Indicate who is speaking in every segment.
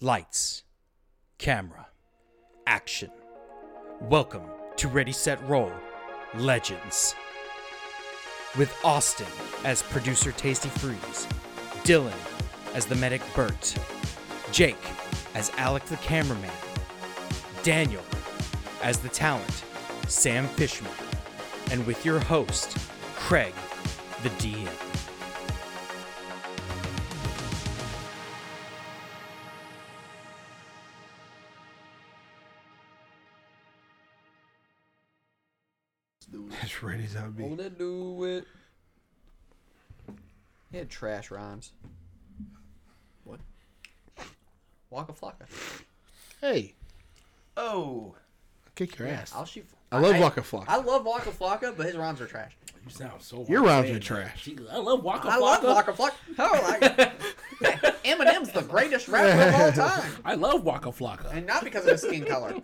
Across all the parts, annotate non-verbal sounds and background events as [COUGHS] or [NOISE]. Speaker 1: Lights, camera, action. Welcome to Ready Set Roll Legends. With Austin as producer Tasty Freeze, Dylan as the medic Bert, Jake as Alec the cameraman, Daniel as the talent Sam Fishman, and with your host Craig the DM.
Speaker 2: It's ready zombie.
Speaker 3: Wanna do it? He had trash rhymes. What? Waka flocka.
Speaker 2: Hey,
Speaker 3: Oh,
Speaker 2: kick your ass.
Speaker 3: I'll shoot.
Speaker 2: I love
Speaker 3: I-
Speaker 2: Waka Flocka.
Speaker 3: I love Waka Flocka, but his rhymes are trash.
Speaker 4: You sound so.
Speaker 2: Your
Speaker 4: white
Speaker 2: rhymes
Speaker 4: man.
Speaker 2: are trash.
Speaker 4: Gee, I love Waka
Speaker 3: I love
Speaker 4: Flocka.
Speaker 3: Waka Flocka. How do [LAUGHS] I? Eminem's the greatest rapper of all time,
Speaker 4: I love Waka Flocka.
Speaker 3: and not because of his skin [LAUGHS] color.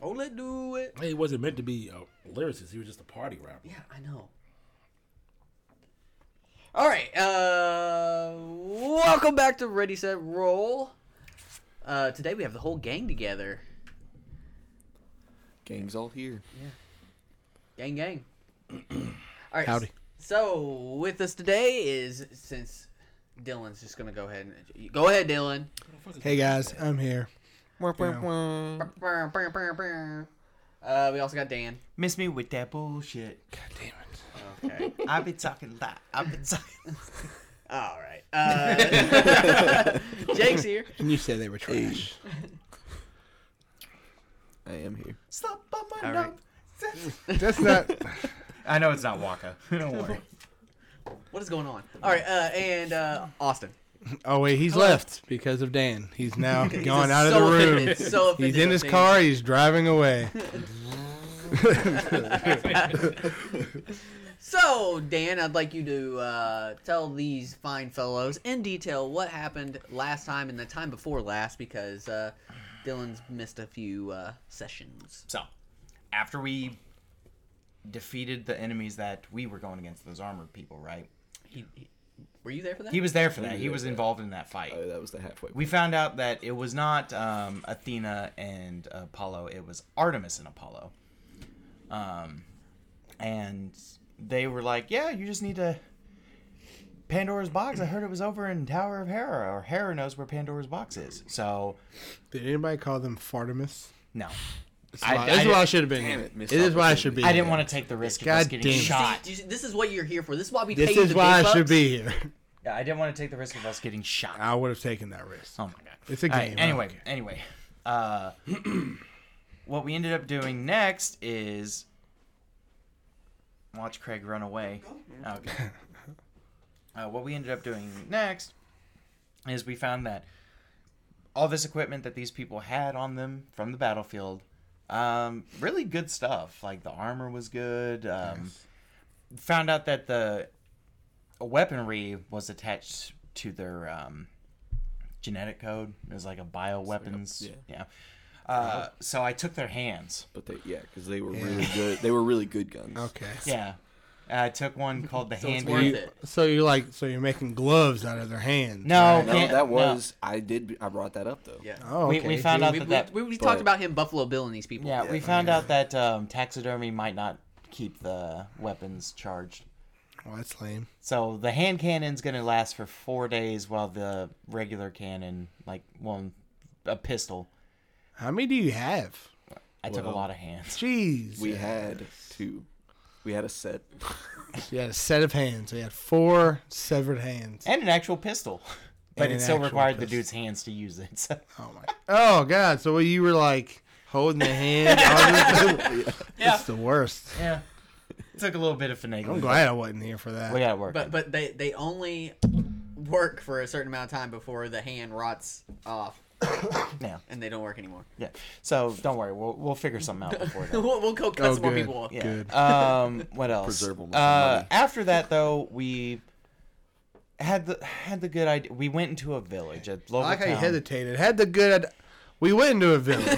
Speaker 3: Oh, let do it.
Speaker 4: He wasn't meant to be a lyricist. He was just a party rapper.
Speaker 3: Yeah, I know. All right. Uh, welcome back to Ready Set Roll. Uh, today we have the whole gang together.
Speaker 5: Gang's all here.
Speaker 3: Gang, gang. all right.
Speaker 2: Howdy.
Speaker 3: So with us today is since Dylan's just gonna go ahead and go ahead, Dylan.
Speaker 2: Hey guys, I'm here.
Speaker 3: Uh, we also got Dan.
Speaker 6: Miss me with that bullshit.
Speaker 3: Okay.
Speaker 6: I've been talking a lot. I've been talking.
Speaker 3: [LAUGHS] All right. Uh, [LAUGHS] Jake's here.
Speaker 2: And you said they were trash.
Speaker 5: I am here.
Speaker 6: Stop by my
Speaker 3: All
Speaker 6: nose.
Speaker 3: right.
Speaker 2: That's not.
Speaker 6: I know it's not Waka. Don't worry.
Speaker 3: What is going on? All right. Uh, and uh, Austin.
Speaker 2: [LAUGHS] Oh wait, he's left because of Dan. [LAUGHS] He's now gone
Speaker 3: just
Speaker 2: out of
Speaker 3: so
Speaker 2: the room.
Speaker 3: offended, so
Speaker 2: [LAUGHS] he's
Speaker 3: offended
Speaker 2: in
Speaker 3: by
Speaker 2: his
Speaker 3: things.
Speaker 2: car. He's driving away.
Speaker 3: So, Dan, I'd like you to uh, tell these fine fellows in detail what happened last time and the time before last because uh, Dylan's missed a few uh, sessions.
Speaker 6: So, after we defeated the enemies that we were going against, those armored people, right?
Speaker 3: He, he- were you there for that?
Speaker 6: He was there for that. He was involved in that fight.
Speaker 2: Uh,
Speaker 5: Oh, that was the halfway.
Speaker 6: We found out that it was not um, Athena and Apollo; it was Artemis and Apollo. Um, and they were like, "Yeah, you just need to Pandora's box. I heard it was over in Tower of Hera, or Hera knows where Pandora's box is." So,
Speaker 2: [LAUGHS] Did anybody call them Fartimus?
Speaker 6: no,
Speaker 2: That's
Speaker 6: I-
Speaker 2: why-
Speaker 6: I
Speaker 2: that's why I
Speaker 6: didn't-
Speaker 2: should have been
Speaker 5: Damn
Speaker 2: here.
Speaker 5: it, missed
Speaker 2: it is why I should be.
Speaker 5: opportunity.
Speaker 6: I didn't want to take the risk of us
Speaker 2: God
Speaker 6: getting
Speaker 2: damn.
Speaker 6: shot.
Speaker 3: You see- this is what you're here for. This is why we pay
Speaker 2: This
Speaker 3: you
Speaker 2: is
Speaker 3: the
Speaker 2: why
Speaker 3: big
Speaker 2: I should
Speaker 3: bucks.
Speaker 2: be here.
Speaker 6: Yeah, I didn't want to take the risk of us getting shot.
Speaker 2: I would have taken that risk.
Speaker 6: Oh my god.
Speaker 2: It's a
Speaker 6: All right,
Speaker 2: game, I
Speaker 6: anyway,
Speaker 2: don't care.
Speaker 6: anyway. Uh [CLEARS THROAT] what we ended up doing next is watch Craig run away. Oh, Okay. Uh, what we ended up doing next is we found that all this equipment that these people had on them from the battlefield, um, really good stuff. Like the armor was good. Um, Found out that the weaponry was attached to their um, genetic code. It was like a bioweapons.
Speaker 5: yeah.
Speaker 6: yeah. Uh, so I took their hands.
Speaker 5: But they, yeah, because they were really good. They were really good guns.
Speaker 2: Okay.
Speaker 6: Yeah. I took one called the
Speaker 3: it's
Speaker 6: hand.
Speaker 3: worth
Speaker 6: grenade.
Speaker 3: it.
Speaker 2: So you're like, so you're making gloves out of their hands.
Speaker 6: No,
Speaker 2: right?
Speaker 5: No,
Speaker 6: can't-
Speaker 5: that was. I did. I brought that up though.
Speaker 3: Yeah.
Speaker 2: Oh,
Speaker 6: We-
Speaker 2: okay.
Speaker 6: we found
Speaker 2: dude.
Speaker 6: out
Speaker 3: We,
Speaker 6: that
Speaker 3: we,
Speaker 6: that
Speaker 3: we, we
Speaker 5: but-
Speaker 3: talked about him, Buffalo Bill, and these people.
Speaker 6: Yeah, we found out that um, taxidermy might not keep the weapons charged.
Speaker 2: Oh, that's lame.
Speaker 6: So the hand cannon's gonna last for four days, while the regular cannon, like one, a pistol,
Speaker 2: How many do you have?
Speaker 6: I took a lot of hands.
Speaker 2: Jeez.
Speaker 5: We had two. We had a set.
Speaker 2: You had a set of hands. We had four severed
Speaker 5: [LAUGHS]
Speaker 2: hands.
Speaker 6: and an actual pistol. But
Speaker 2: And
Speaker 6: it
Speaker 2: an
Speaker 6: still
Speaker 2: actual
Speaker 6: required the
Speaker 2: pistol.
Speaker 6: dude's hands to use it. So
Speaker 2: Oh my. Oh god. So you were like holding the
Speaker 5: [LAUGHS]
Speaker 2: hand. on the-
Speaker 6: Yeah.
Speaker 2: [LAUGHS] It's the worst.
Speaker 6: yeah, [LAUGHS] took a little bit of finagling.
Speaker 2: I'm glad I wasn't here for
Speaker 6: but we
Speaker 2: that.
Speaker 6: got it working.
Speaker 3: But but they they only work for a certain amount of time before the hand rots off
Speaker 6: yeah,
Speaker 3: and they don't work anymore.
Speaker 6: yeah. So don't worry, we'll we'll figure something out before that.
Speaker 3: [LAUGHS] we'll, we'll go cut
Speaker 2: Oh,
Speaker 3: some more
Speaker 2: good.
Speaker 3: people off.
Speaker 6: Yeah.
Speaker 2: Good.
Speaker 6: Um, what else?
Speaker 5: Preserve 'em with
Speaker 6: uh,
Speaker 5: money.
Speaker 6: after that, though, we had the had the good idea. We went into a village, a local
Speaker 2: I like how you
Speaker 6: town.
Speaker 2: hesitated. Had the good. We went into a
Speaker 5: [LAUGHS]
Speaker 2: village.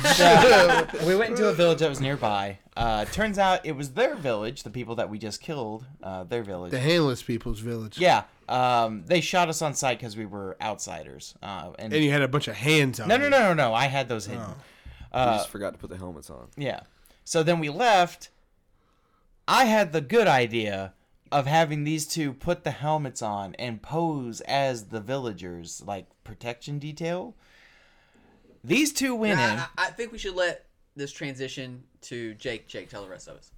Speaker 6: we went into a village that was nearby. Uh, turns out it was their village, the people that we just killed, uh, their village.
Speaker 2: the handless people's village.
Speaker 6: Yeah, um, they shot us on sight because we were outsiders. Uh, and
Speaker 2: And you had a bunch of hands on
Speaker 6: no, no,
Speaker 2: you.
Speaker 6: no, no, no. I had those
Speaker 2: Oh.
Speaker 6: hidden.
Speaker 5: we just forgot to put the helmets on.
Speaker 6: Yeah. So then we left. I had the good idea of having these two put the helmets on and pose as the villagers, like protection detail. These two went [LAUGHS] in.
Speaker 3: I, I I think we should let this transition to Jake. Jake, tell the rest of us.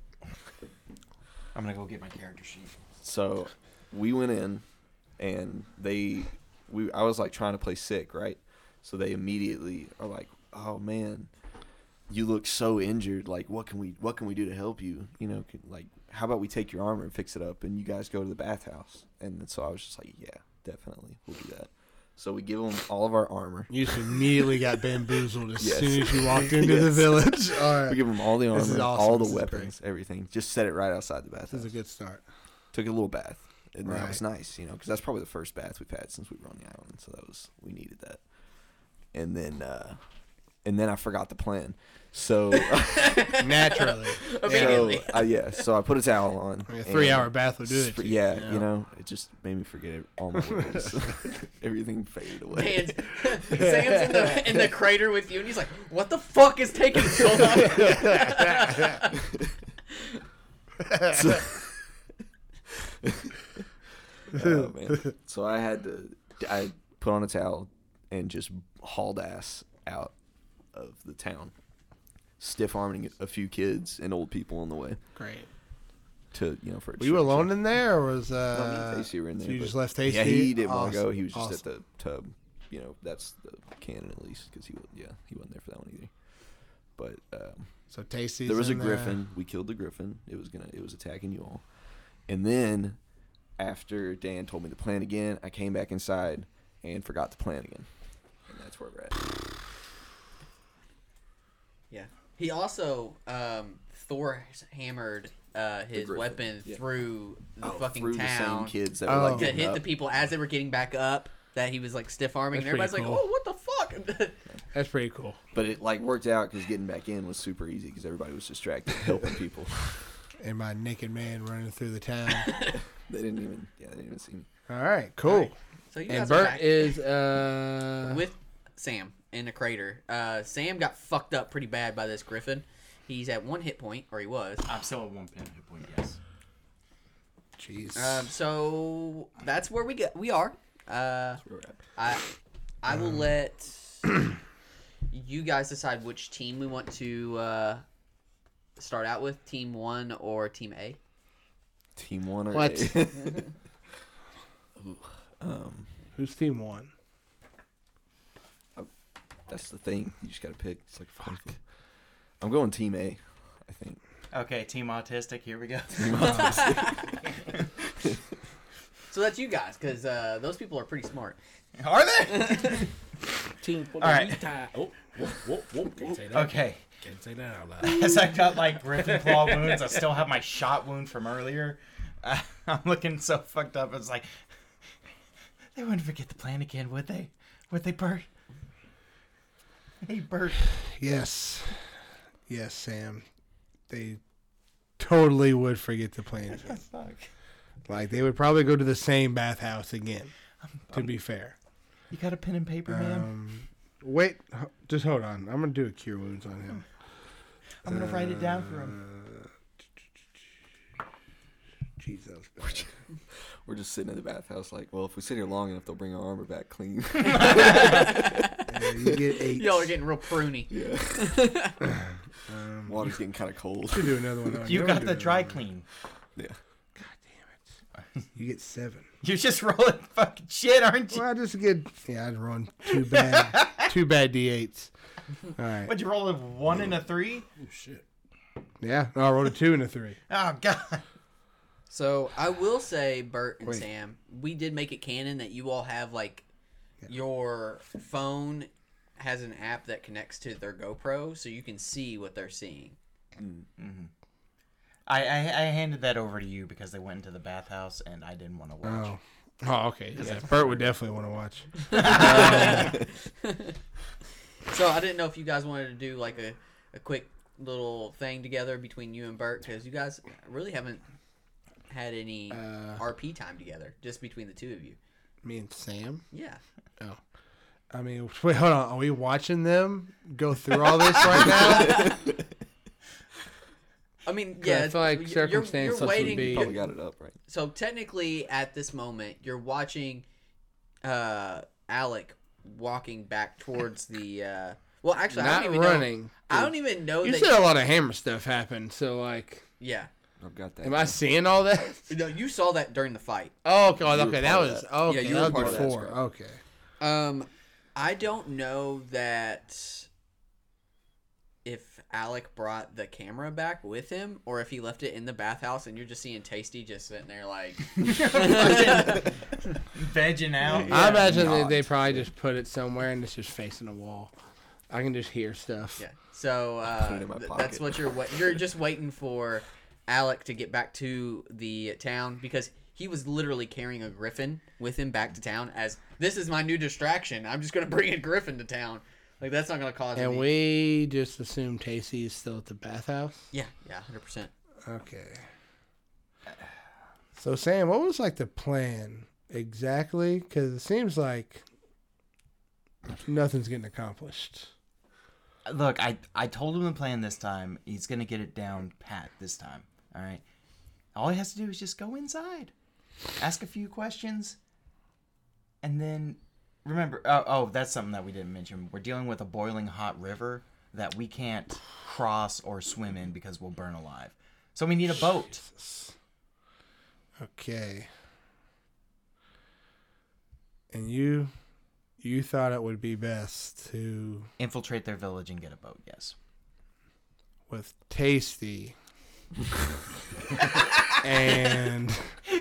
Speaker 6: I'm gonna go get my character sheet.
Speaker 5: So we went in, and they, we, I was like trying to play sick, right? So they immediately are like, "Oh man, you look so injured. Like, what can we, what can we do to help you? You know, can, like, how about we take your armor and fix it up, and you guys go to the bathhouse?" And so I was just like, "Yeah, definitely, we'll do that." So we give them all of our armor.
Speaker 2: You just immediately got bamboozled as
Speaker 5: Yes.
Speaker 2: soon as you
Speaker 5: [LAUGHS]
Speaker 2: walked into the
Speaker 5: Yes.
Speaker 2: village. All right.
Speaker 5: We give them all the armor,
Speaker 2: This is awesome.
Speaker 5: all the
Speaker 2: This is great.
Speaker 5: weapons, everything. Just set it right outside the bathhouse.
Speaker 2: This is a good
Speaker 5: [LAUGHS]
Speaker 2: start.
Speaker 5: took a little bath, and that
Speaker 2: Right.
Speaker 5: was nice, you know, because that's probably the first bath we've had since we were on the island. So that was we needed that. And then, uh, and then I forgot the plan. So, [LAUGHS]
Speaker 2: Naturally.
Speaker 5: so uh, yeah, so I put a towel on.
Speaker 2: [LAUGHS] A
Speaker 5: and
Speaker 2: three hour bath will do it.
Speaker 5: sp- yeah, you know, it just made me forget it- all my
Speaker 2: [LAUGHS]
Speaker 5: words. [LAUGHS] Everything faded away.
Speaker 3: [LAUGHS] And Sam's in the, in the crater with you, and he's like, "What the fuck is taking so [LAUGHS] long?"
Speaker 5: So, [LAUGHS] oh, man. so I had to, I put on a towel and just hauled ass out of the town, stiff arming a few kids and old people on the way
Speaker 2: Great.
Speaker 5: to, you know, for a
Speaker 2: Were you
Speaker 5: trip.
Speaker 2: alone in there, or was
Speaker 5: No, me and
Speaker 2: uh?
Speaker 5: Tasty were in there.
Speaker 2: so you
Speaker 5: but-
Speaker 2: just left Tasty.
Speaker 5: Yeah, he didn't want to
Speaker 2: Awesome.
Speaker 5: go. He was just
Speaker 2: Awesome.
Speaker 5: at the tub. You know, that's the canon at least because he was, yeah, he wasn't there for that one either. But um,
Speaker 2: So Tasty.
Speaker 5: there was a
Speaker 2: in
Speaker 5: griffin. We killed the griffin. It was gonna. It was attacking you all. And then, after Dan told me the plan again, I came back inside and forgot the plan again. And that's where we're at.
Speaker 3: yeah. He also um, Thor hammered uh, his
Speaker 5: griffin,
Speaker 3: weapon
Speaker 5: yeah.
Speaker 3: through the fucking
Speaker 5: Through
Speaker 3: town
Speaker 5: the same kids that
Speaker 2: Oh.
Speaker 5: were like
Speaker 3: to
Speaker 5: getting
Speaker 3: hit
Speaker 5: up.
Speaker 3: the people as they were getting back up. That he was like stiff arming, and
Speaker 2: That's
Speaker 3: everybody's
Speaker 2: pretty
Speaker 3: like, "Oh, what the fuck?" [LAUGHS]
Speaker 2: there. That's pretty cool.
Speaker 5: But it like worked out because getting back in was super easy because everybody was distracted helping people.
Speaker 2: [LAUGHS] And my naked man running through the town. [LAUGHS]
Speaker 5: they didn't even. Yeah, they didn't even see me.
Speaker 2: All right. Cool.
Speaker 3: so you
Speaker 2: And
Speaker 3: guys are
Speaker 2: Bert
Speaker 3: back
Speaker 2: is uh.
Speaker 3: with Sam in the crater. Uh, Sam got fucked up pretty bad by this griffin. He's at one hit point, or he was.
Speaker 6: I'm still at one pin hit point. Yes.
Speaker 2: Jeez.
Speaker 3: Um, so that's where we get we are. Uh,
Speaker 5: Where we're at.
Speaker 3: I I will let [CLEARS THROAT] you guys decide which team we want to uh, start out with, team one or team A.
Speaker 5: Team one or
Speaker 2: What?
Speaker 5: A?
Speaker 2: Who's team one?
Speaker 5: [LAUGHS] that's the thing. You just gotta pick. It's like fuck. I'm going team A. I think.
Speaker 6: Okay, team autistic. Here we go.
Speaker 3: So that's you guys, because uh, those people are pretty smart. [LAUGHS]
Speaker 6: [LAUGHS] Are they?
Speaker 4: Team All
Speaker 6: right.
Speaker 4: Oh, whoop, whoop, whoop. Can't say that.
Speaker 6: okay.
Speaker 4: Can't say that out loud.
Speaker 6: As I got like griffin claw wounds, I still have my shot wound from earlier. [LAUGHS] Uh, I'm looking so fucked up. It's like they wouldn't forget the plan again, would they? Would they, Bert? Hey, Bert.
Speaker 2: Yes. Yes, Sam. They totally would forget the
Speaker 3: [LAUGHS]
Speaker 2: plan.
Speaker 6: Fuck.
Speaker 2: like they would probably go to the same bathhouse again. To be fair.
Speaker 6: You got a pen and paper, man?
Speaker 2: Um, wait, h- just hold on. I'm gonna do a cure wounds on him.
Speaker 6: I'm gonna write it down for him.
Speaker 2: Uh, Jeez, that was bad.
Speaker 5: We're just sitting in the bathhouse, like, well, if we sit here long enough, they'll bring our armor
Speaker 6: [LAUGHS]
Speaker 5: back clean. [LAUGHS]
Speaker 2: Uh, you get eight.
Speaker 3: Y'all are getting real pruny.
Speaker 5: yeah. Water's getting kind of
Speaker 6: [LAUGHS]
Speaker 5: cold.
Speaker 2: You do another one. on-
Speaker 6: You
Speaker 2: I'm
Speaker 6: got
Speaker 2: gonna
Speaker 6: the
Speaker 2: do
Speaker 6: dry
Speaker 2: another one.
Speaker 6: clean.
Speaker 5: Yeah.
Speaker 2: You
Speaker 6: [LAUGHS]
Speaker 2: get seven.
Speaker 6: You're just rolling fucking shit, aren't you?
Speaker 2: Well, I just get. Yeah, I'd run
Speaker 6: [LAUGHS]
Speaker 2: two bad, two bad d8s. All right.
Speaker 6: What'd you roll a one and a three?
Speaker 4: Oh, shit.
Speaker 2: Yeah, no, I rolled a two and a three.
Speaker 6: Oh god.
Speaker 3: So I will say, Bert and
Speaker 2: Wait.
Speaker 3: Sam, we did make it canon that you all have like your phone has an app that connects to their GoPro, so you can see what they're seeing.
Speaker 6: I, I I handed that over to you because they went into the bathhouse and I didn't want to watch.
Speaker 2: Oh. Oh, okay. Yeah, Bert would definitely want to watch.
Speaker 3: So I didn't know if you guys wanted to do like a, a quick little thing together between you and Bert because you guys really haven't had any
Speaker 7: Uh.
Speaker 3: RP time together just between the two of you.
Speaker 2: Me and Sam.
Speaker 3: Yeah.
Speaker 2: I mean, wait, hold on. Are we watching them go through all
Speaker 6: [LAUGHS]
Speaker 2: this right now?
Speaker 3: I mean,
Speaker 7: I
Speaker 3: yeah,
Speaker 7: feel like
Speaker 3: you're- you're-
Speaker 7: circumstances
Speaker 3: you're
Speaker 7: would
Speaker 3: waiting,
Speaker 7: be-
Speaker 5: Probably got it up right.
Speaker 3: so technically at this moment you're watching uh Alec walking back towards the uh well actually I
Speaker 7: Not
Speaker 3: don't even
Speaker 7: running.
Speaker 3: know I don't even know
Speaker 2: You
Speaker 3: that
Speaker 2: said a lot of hammer stuff happened. So like,
Speaker 3: yeah
Speaker 5: I've got that.
Speaker 2: am I seeing all that?
Speaker 3: no you saw that during the fight
Speaker 2: Oh, okay,
Speaker 5: were
Speaker 2: okay, that
Speaker 5: part of
Speaker 2: was
Speaker 5: that.
Speaker 2: okay.
Speaker 3: you were
Speaker 2: that
Speaker 3: part
Speaker 2: was
Speaker 3: of that
Speaker 2: before.
Speaker 5: script.
Speaker 2: Okay.
Speaker 3: um I don't know that if Alec brought the camera back with him or if he left it in the bathhouse and you're just seeing Tasty just sitting there like
Speaker 6: [LAUGHS] Vegging
Speaker 2: [LAUGHS]
Speaker 6: out.
Speaker 2: I imagine that
Speaker 5: not.
Speaker 2: they probably just put it somewhere and it's just facing a wall. I can just hear stuff.
Speaker 3: Yeah. So
Speaker 5: put
Speaker 3: uh,
Speaker 5: it in my
Speaker 3: th- that's
Speaker 5: pocket.
Speaker 3: what you're wait- you're just waiting for Alec to get back to the town because he was literally carrying a griffin with him back to town as this is my new distraction. I'm just gonna [LAUGHS] bring a griffin to town. Like that's not gonna cause
Speaker 2: And
Speaker 3: any.
Speaker 2: we just assume Tacey is still at the bathhouse.
Speaker 3: yeah, yeah, hundred percent.
Speaker 2: Okay. So Sam, what was like the plan exactly? Because it seems like nothing's getting accomplished.
Speaker 6: Look, I I told him the plan this time. He's gonna get it down pat this time. All right. All he has to do is just go inside, ask a few questions, and then remember. Oh, oh, that's something that we didn't mention. We're dealing with a boiling hot river that we can't cross or swim in because we'll burn alive. So we need a boat.
Speaker 2: Okay. And you, you thought it would be best to
Speaker 6: Infiltrate their village and get a boat. Yes. [LAUGHS]
Speaker 2: with Tasty and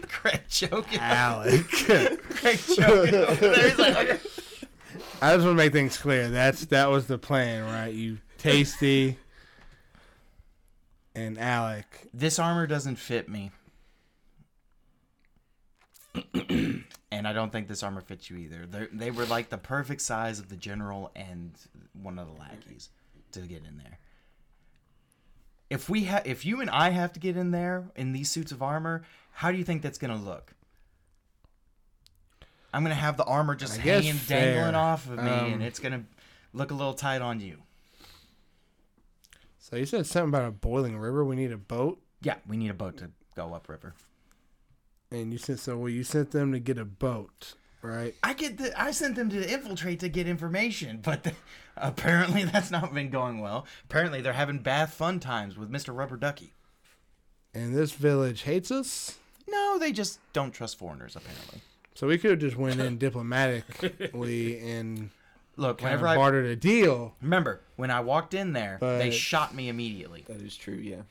Speaker 6: Craig joking.
Speaker 2: Alec.
Speaker 6: Craig joking. over there. He's like, okay.
Speaker 2: [LAUGHS] I just want to make things clear. That's that was the plan, right? You Tasty and Alec.
Speaker 6: this armor doesn't fit me. [CLEARS THROAT] and I don't think this armor fits you either. they they were like the perfect size of the general and one of the lackeys to get in there. If we ha- if you and I have to get in there in these suits of armor, how do you think that's gonna look? I'm gonna have the armor just
Speaker 2: I guess
Speaker 6: hanging,
Speaker 2: fair.
Speaker 6: dangling off of me,
Speaker 2: Um,
Speaker 6: and it's gonna look a little tight on you.
Speaker 2: So you said something about a boiling river. We need a boat,
Speaker 6: Yeah, we need a boat to go upriver.
Speaker 2: and you said so. Well, you sent them to get a boat, right?
Speaker 6: I get the I sent them to infiltrate to get information, but [LAUGHS] the, apparently that's not been going well. Apparently they're having bath fun times with Mr. Rubber Ducky.
Speaker 2: And this village hates us,
Speaker 6: No, they just don't trust foreigners apparently.
Speaker 2: so we could have just
Speaker 6: [LAUGHS]
Speaker 2: went in diplomatically and
Speaker 6: Look,
Speaker 2: kind of
Speaker 6: whenever I
Speaker 2: bartered a deal.
Speaker 6: remember when I walked in there, they
Speaker 2: But-
Speaker 6: shot me immediately.
Speaker 5: That is true. Yeah.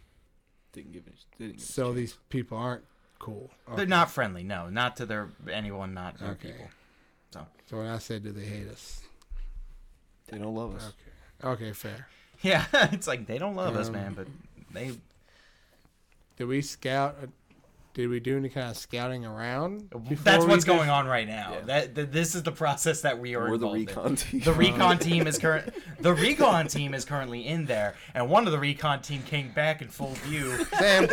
Speaker 5: Didn't give it. Didn't give it
Speaker 2: So these people aren't cool.
Speaker 6: They're not friendly. No, not to their anyone, not their
Speaker 2: Okay.
Speaker 6: people. [LAUGHS] So
Speaker 2: So when I said, do they hate us?
Speaker 5: They don't love us.
Speaker 2: Okay, fair.
Speaker 6: yeah, it's like they don't love us, man, but they
Speaker 2: Did we scout? uh, Did we do any kind of scouting around?
Speaker 6: that's
Speaker 2: we
Speaker 6: what's
Speaker 2: just-
Speaker 6: going on right now.
Speaker 5: Yeah.
Speaker 6: That, th- this is the process that we are
Speaker 5: We're the
Speaker 6: involved in.
Speaker 5: recon team.
Speaker 6: The
Speaker 5: [LAUGHS]
Speaker 6: recon team is current. The recon team is currently in there, and one of the recon team came back in full view,
Speaker 2: Sam,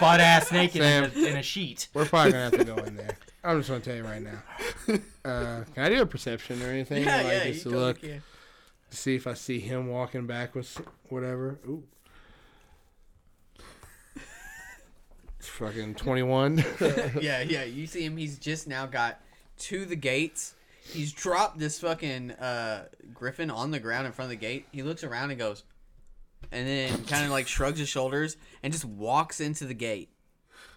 Speaker 6: butt ass naked in
Speaker 2: Sam.
Speaker 6: a, in a sheet.
Speaker 2: we're probably gonna have to go in there. I'm just gonna tell you right now. Uh, can I do a perception or anything?
Speaker 3: [LAUGHS] Yeah,
Speaker 2: like,
Speaker 3: yeah, you
Speaker 2: just to
Speaker 3: totally
Speaker 2: look,
Speaker 3: can.
Speaker 2: to see if I see him walking backwards, whatever. Ooh. It's fucking 21.
Speaker 3: yeah, yeah. You see him? He's just now got to the gates. He's dropped this fucking uh, griffin on the ground in front of the gate. He looks around and goes, and then kind of like shrugs his shoulders and just walks into the gate,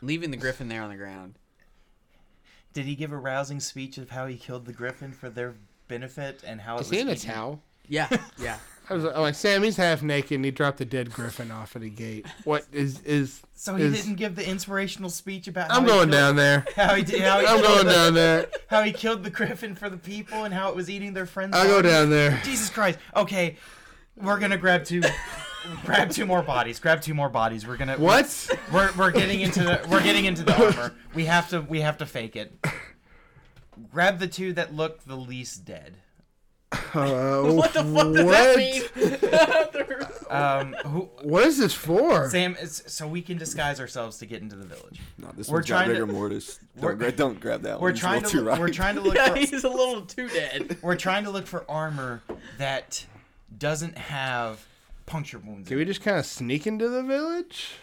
Speaker 3: leaving the griffin there on the ground.
Speaker 6: Did he give a rousing speech of how he killed the griffin for their benefit and how
Speaker 2: Is
Speaker 6: it was
Speaker 2: he in a
Speaker 6: eaten?
Speaker 2: towel?
Speaker 3: Yeah, yeah.
Speaker 2: I was like, I'm like, Sam, he's half naked and he dropped the dead griffin off at a gate. What is is
Speaker 6: So he
Speaker 2: is-
Speaker 6: didn't give the inspirational speech about.
Speaker 2: I'm
Speaker 6: how
Speaker 2: going
Speaker 6: he killed,
Speaker 2: down there. [LAUGHS]
Speaker 6: How he did. How he,
Speaker 2: I'm
Speaker 6: killed
Speaker 2: going
Speaker 6: the,
Speaker 2: down there.
Speaker 6: how he killed the griffin for the people and how it was eating their friends.
Speaker 2: I'll go
Speaker 6: bodies?
Speaker 2: down there.
Speaker 6: Jesus Christ. Okay, we're gonna grab two. grab two more bodies. Grab two more bodies. We're gonna
Speaker 2: What?
Speaker 6: We're, we're
Speaker 3: [LAUGHS]
Speaker 6: getting into the we're getting into the armor. We have to we have to fake it. Grab the two that look the least dead.
Speaker 2: Uh,
Speaker 3: [LAUGHS] What the fuck does
Speaker 2: what?
Speaker 3: [LAUGHS] that mean?
Speaker 6: Um, who,
Speaker 2: What is this for?
Speaker 6: Sam, it's, so we can disguise ourselves to get into the village.
Speaker 5: No, this
Speaker 6: We're
Speaker 5: one's got
Speaker 6: trying to-
Speaker 5: rigor mortis.
Speaker 6: we're-
Speaker 5: Don't, gra- don't
Speaker 6: [LAUGHS]
Speaker 5: grab that
Speaker 6: We're
Speaker 5: one. It's a
Speaker 6: trying
Speaker 5: little
Speaker 6: to
Speaker 5: too
Speaker 6: look- we're
Speaker 5: right.
Speaker 6: trying to look
Speaker 3: yeah, [LAUGHS]
Speaker 6: for
Speaker 3: he's a little too dead.
Speaker 6: we're trying to look for armor that doesn't have puncture wounds.
Speaker 2: Can
Speaker 6: in
Speaker 2: we
Speaker 6: it.
Speaker 2: just kind of sneak into the village?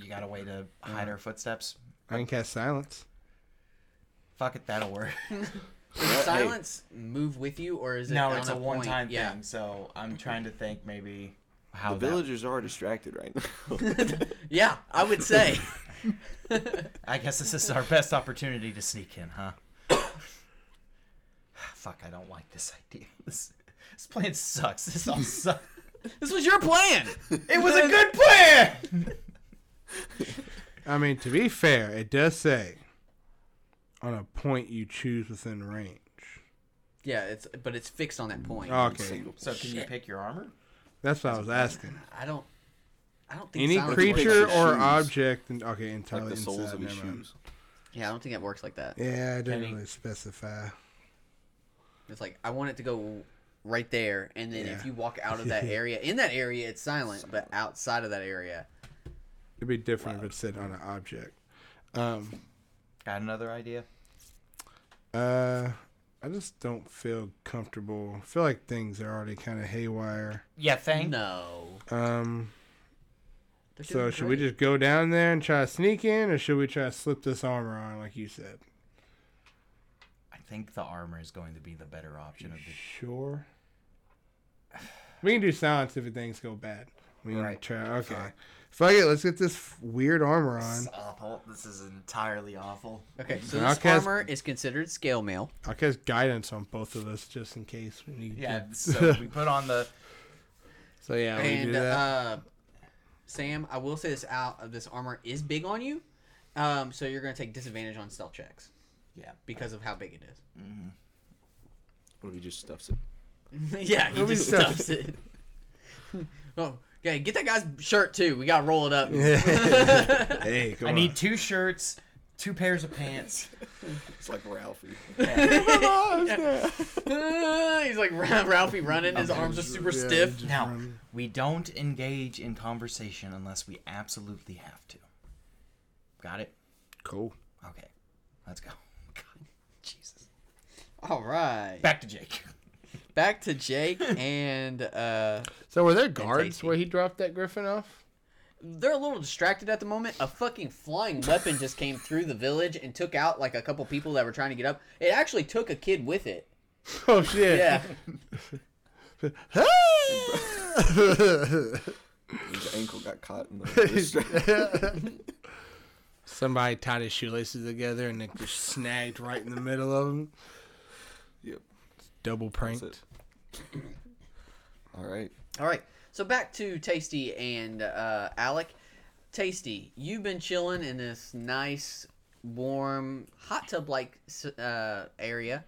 Speaker 6: You got a way to hide our footsteps?
Speaker 2: I can cast silence.
Speaker 6: Fuck it, that'll work.
Speaker 3: Does silence move with you, or is it
Speaker 6: no,
Speaker 3: on
Speaker 6: it's a,
Speaker 3: a point?
Speaker 6: one-time
Speaker 3: Yeah.
Speaker 6: thing. So I'm trying to think maybe how
Speaker 5: [LAUGHS] The
Speaker 6: that-
Speaker 5: villagers are distracted right now. [LAUGHS]
Speaker 3: Yeah, I
Speaker 6: [LAUGHS]
Speaker 3: would say.
Speaker 6: I guess this [LAUGHS] is our best opportunity to sneak in, huh? [SIGHS] Ah, Fuck, I don't like this idea. [LAUGHS] This, this plan sucks. This [LAUGHS] all sucks.
Speaker 3: this was your plan.
Speaker 6: it was a good plan.
Speaker 2: I mean, to be fair, it does say on a point you choose within range.
Speaker 3: Yeah, it's but it's fixed on that point.
Speaker 2: Okay,
Speaker 5: Single.
Speaker 6: So can you pick your armor?
Speaker 2: that's what I was asking.
Speaker 3: I don't. I don't think
Speaker 2: Any
Speaker 3: silence
Speaker 2: creature
Speaker 5: Like
Speaker 3: Works.
Speaker 5: your
Speaker 2: or
Speaker 5: shoes.
Speaker 2: object, and, okay,
Speaker 5: Like
Speaker 2: entirely
Speaker 5: the soles
Speaker 2: inside.
Speaker 5: of his
Speaker 2: never mind.
Speaker 5: shoes.
Speaker 3: Yeah, I don't think it works like that.
Speaker 2: Yeah, I didn't
Speaker 6: Any-
Speaker 2: really specify.
Speaker 3: It's like I want it to go right there, and then if
Speaker 2: Yeah.
Speaker 3: you walk out [LAUGHS] of that area, in that area it's silent, but outside of that area,
Speaker 2: It'd be different if it said on an object. Um,
Speaker 6: Got another idea?
Speaker 2: uh, I just don't feel comfortable. I feel like things are already kind of haywire.
Speaker 6: Yeah, thank.
Speaker 3: no.
Speaker 2: Um,
Speaker 3: They're
Speaker 2: so
Speaker 3: doing
Speaker 2: should we
Speaker 3: great.
Speaker 2: just go down there and try to sneak in, or should we try to slip this armor on, like you said?
Speaker 6: I think the armor is going to be the better option of the
Speaker 2: Sure. We can do silence if things go bad. We can
Speaker 6: Right.
Speaker 2: try. Okay. Fuck it. Let's get this f- weird armor on.
Speaker 6: awful. This is entirely awful.
Speaker 3: Okay, so
Speaker 2: And I'll
Speaker 3: this
Speaker 2: cast-
Speaker 3: armor is considered scale mail.
Speaker 2: I'll cast guidance on both of us just in case we need.
Speaker 6: Yeah.
Speaker 2: to-
Speaker 6: So we put on [LAUGHS] the
Speaker 2: so yeah, we do
Speaker 3: and
Speaker 2: that.
Speaker 3: uh, Sam, I will say this out of this armor is big on you, um, so you're gonna take disadvantage on stealth checks
Speaker 6: yeah.
Speaker 3: because of how big it is.
Speaker 5: What if he just stuffs it?
Speaker 3: [LAUGHS] yeah, he just stuffs it. [LAUGHS] oh, okay, get that guy's shirt too. We gotta roll it up.
Speaker 2: hey, come
Speaker 6: I
Speaker 2: on.
Speaker 6: need two shirts, two pairs of pants.
Speaker 5: It's like Ralphie.
Speaker 3: [LAUGHS] He's like Ra- Ralphie running. His arms are super
Speaker 2: Yeah,
Speaker 3: stiff.
Speaker 2: just
Speaker 6: Now,
Speaker 2: run.
Speaker 6: we don't engage in conversation unless we absolutely have to. Got it?
Speaker 2: Cool.
Speaker 6: Okay. Let's go. God, Jesus.
Speaker 3: All right,
Speaker 6: Back to Jake.
Speaker 3: back to [LAUGHS] Jake and uh,
Speaker 2: So were there guards
Speaker 3: tasty.
Speaker 2: where he dropped that griffin off? [LAUGHS]
Speaker 3: they're a little distracted at the moment. A fucking flying weapon just came through the village and took out like a couple people that were trying to get up. It actually took a kid with it.
Speaker 2: Oh shit.
Speaker 3: [LAUGHS] Yeah,
Speaker 2: [LAUGHS]
Speaker 5: His ankle got caught in the.
Speaker 2: Somebody tied his shoelaces together and it just snagged right in the middle of him.
Speaker 5: yep.
Speaker 2: Double pranked.
Speaker 5: it. All right.
Speaker 3: All right. So back to Tasty and uh, Alec. Tasty, you've been chilling in this nice, warm, hot tub like uh, area.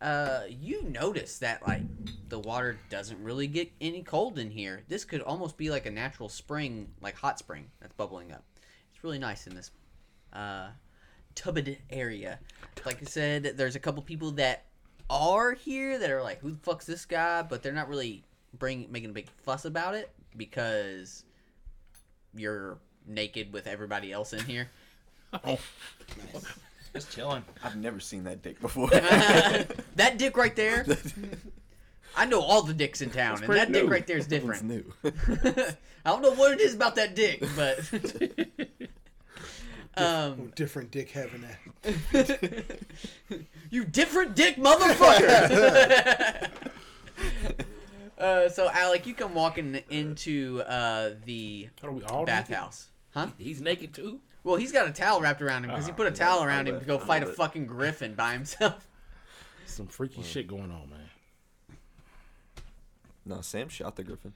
Speaker 3: Uh, you notice that like the water doesn't really get any cold in here. This could almost be like a natural spring, like hot spring that's bubbling up. It's really nice in this uh, tubbed area. Like I said, there's a couple people that are here that are like, "Who the fuck's this guy?" But they're not really bring making a big fuss about it because you're naked with everybody else in here.
Speaker 6: Just chilling.
Speaker 5: I've never seen that dick before.
Speaker 3: that dick right there.
Speaker 5: [LAUGHS]
Speaker 3: I know all the dicks in town, and that dick
Speaker 5: new.
Speaker 3: right there
Speaker 5: [LAUGHS]
Speaker 3: is
Speaker 5: It's
Speaker 3: different.
Speaker 5: new.
Speaker 3: I don't know what it is about that dick,
Speaker 5: [LAUGHS]
Speaker 3: but
Speaker 7: Oh,
Speaker 3: um,
Speaker 2: Different dick having that.
Speaker 3: you different dick
Speaker 5: [LAUGHS]
Speaker 3: motherfucker. [LAUGHS] uh, so Alec, you come walking into uh, the
Speaker 4: Are we all naked?
Speaker 3: bathhouse, huh?
Speaker 4: He's naked too.
Speaker 3: Well, he's got a towel wrapped around him because he put a towel around him to go fight a
Speaker 5: Ah, love it.
Speaker 3: fucking griffin by himself. [LAUGHS]
Speaker 4: Some freaky shit going on, man.
Speaker 5: no, Sam shot the griffin.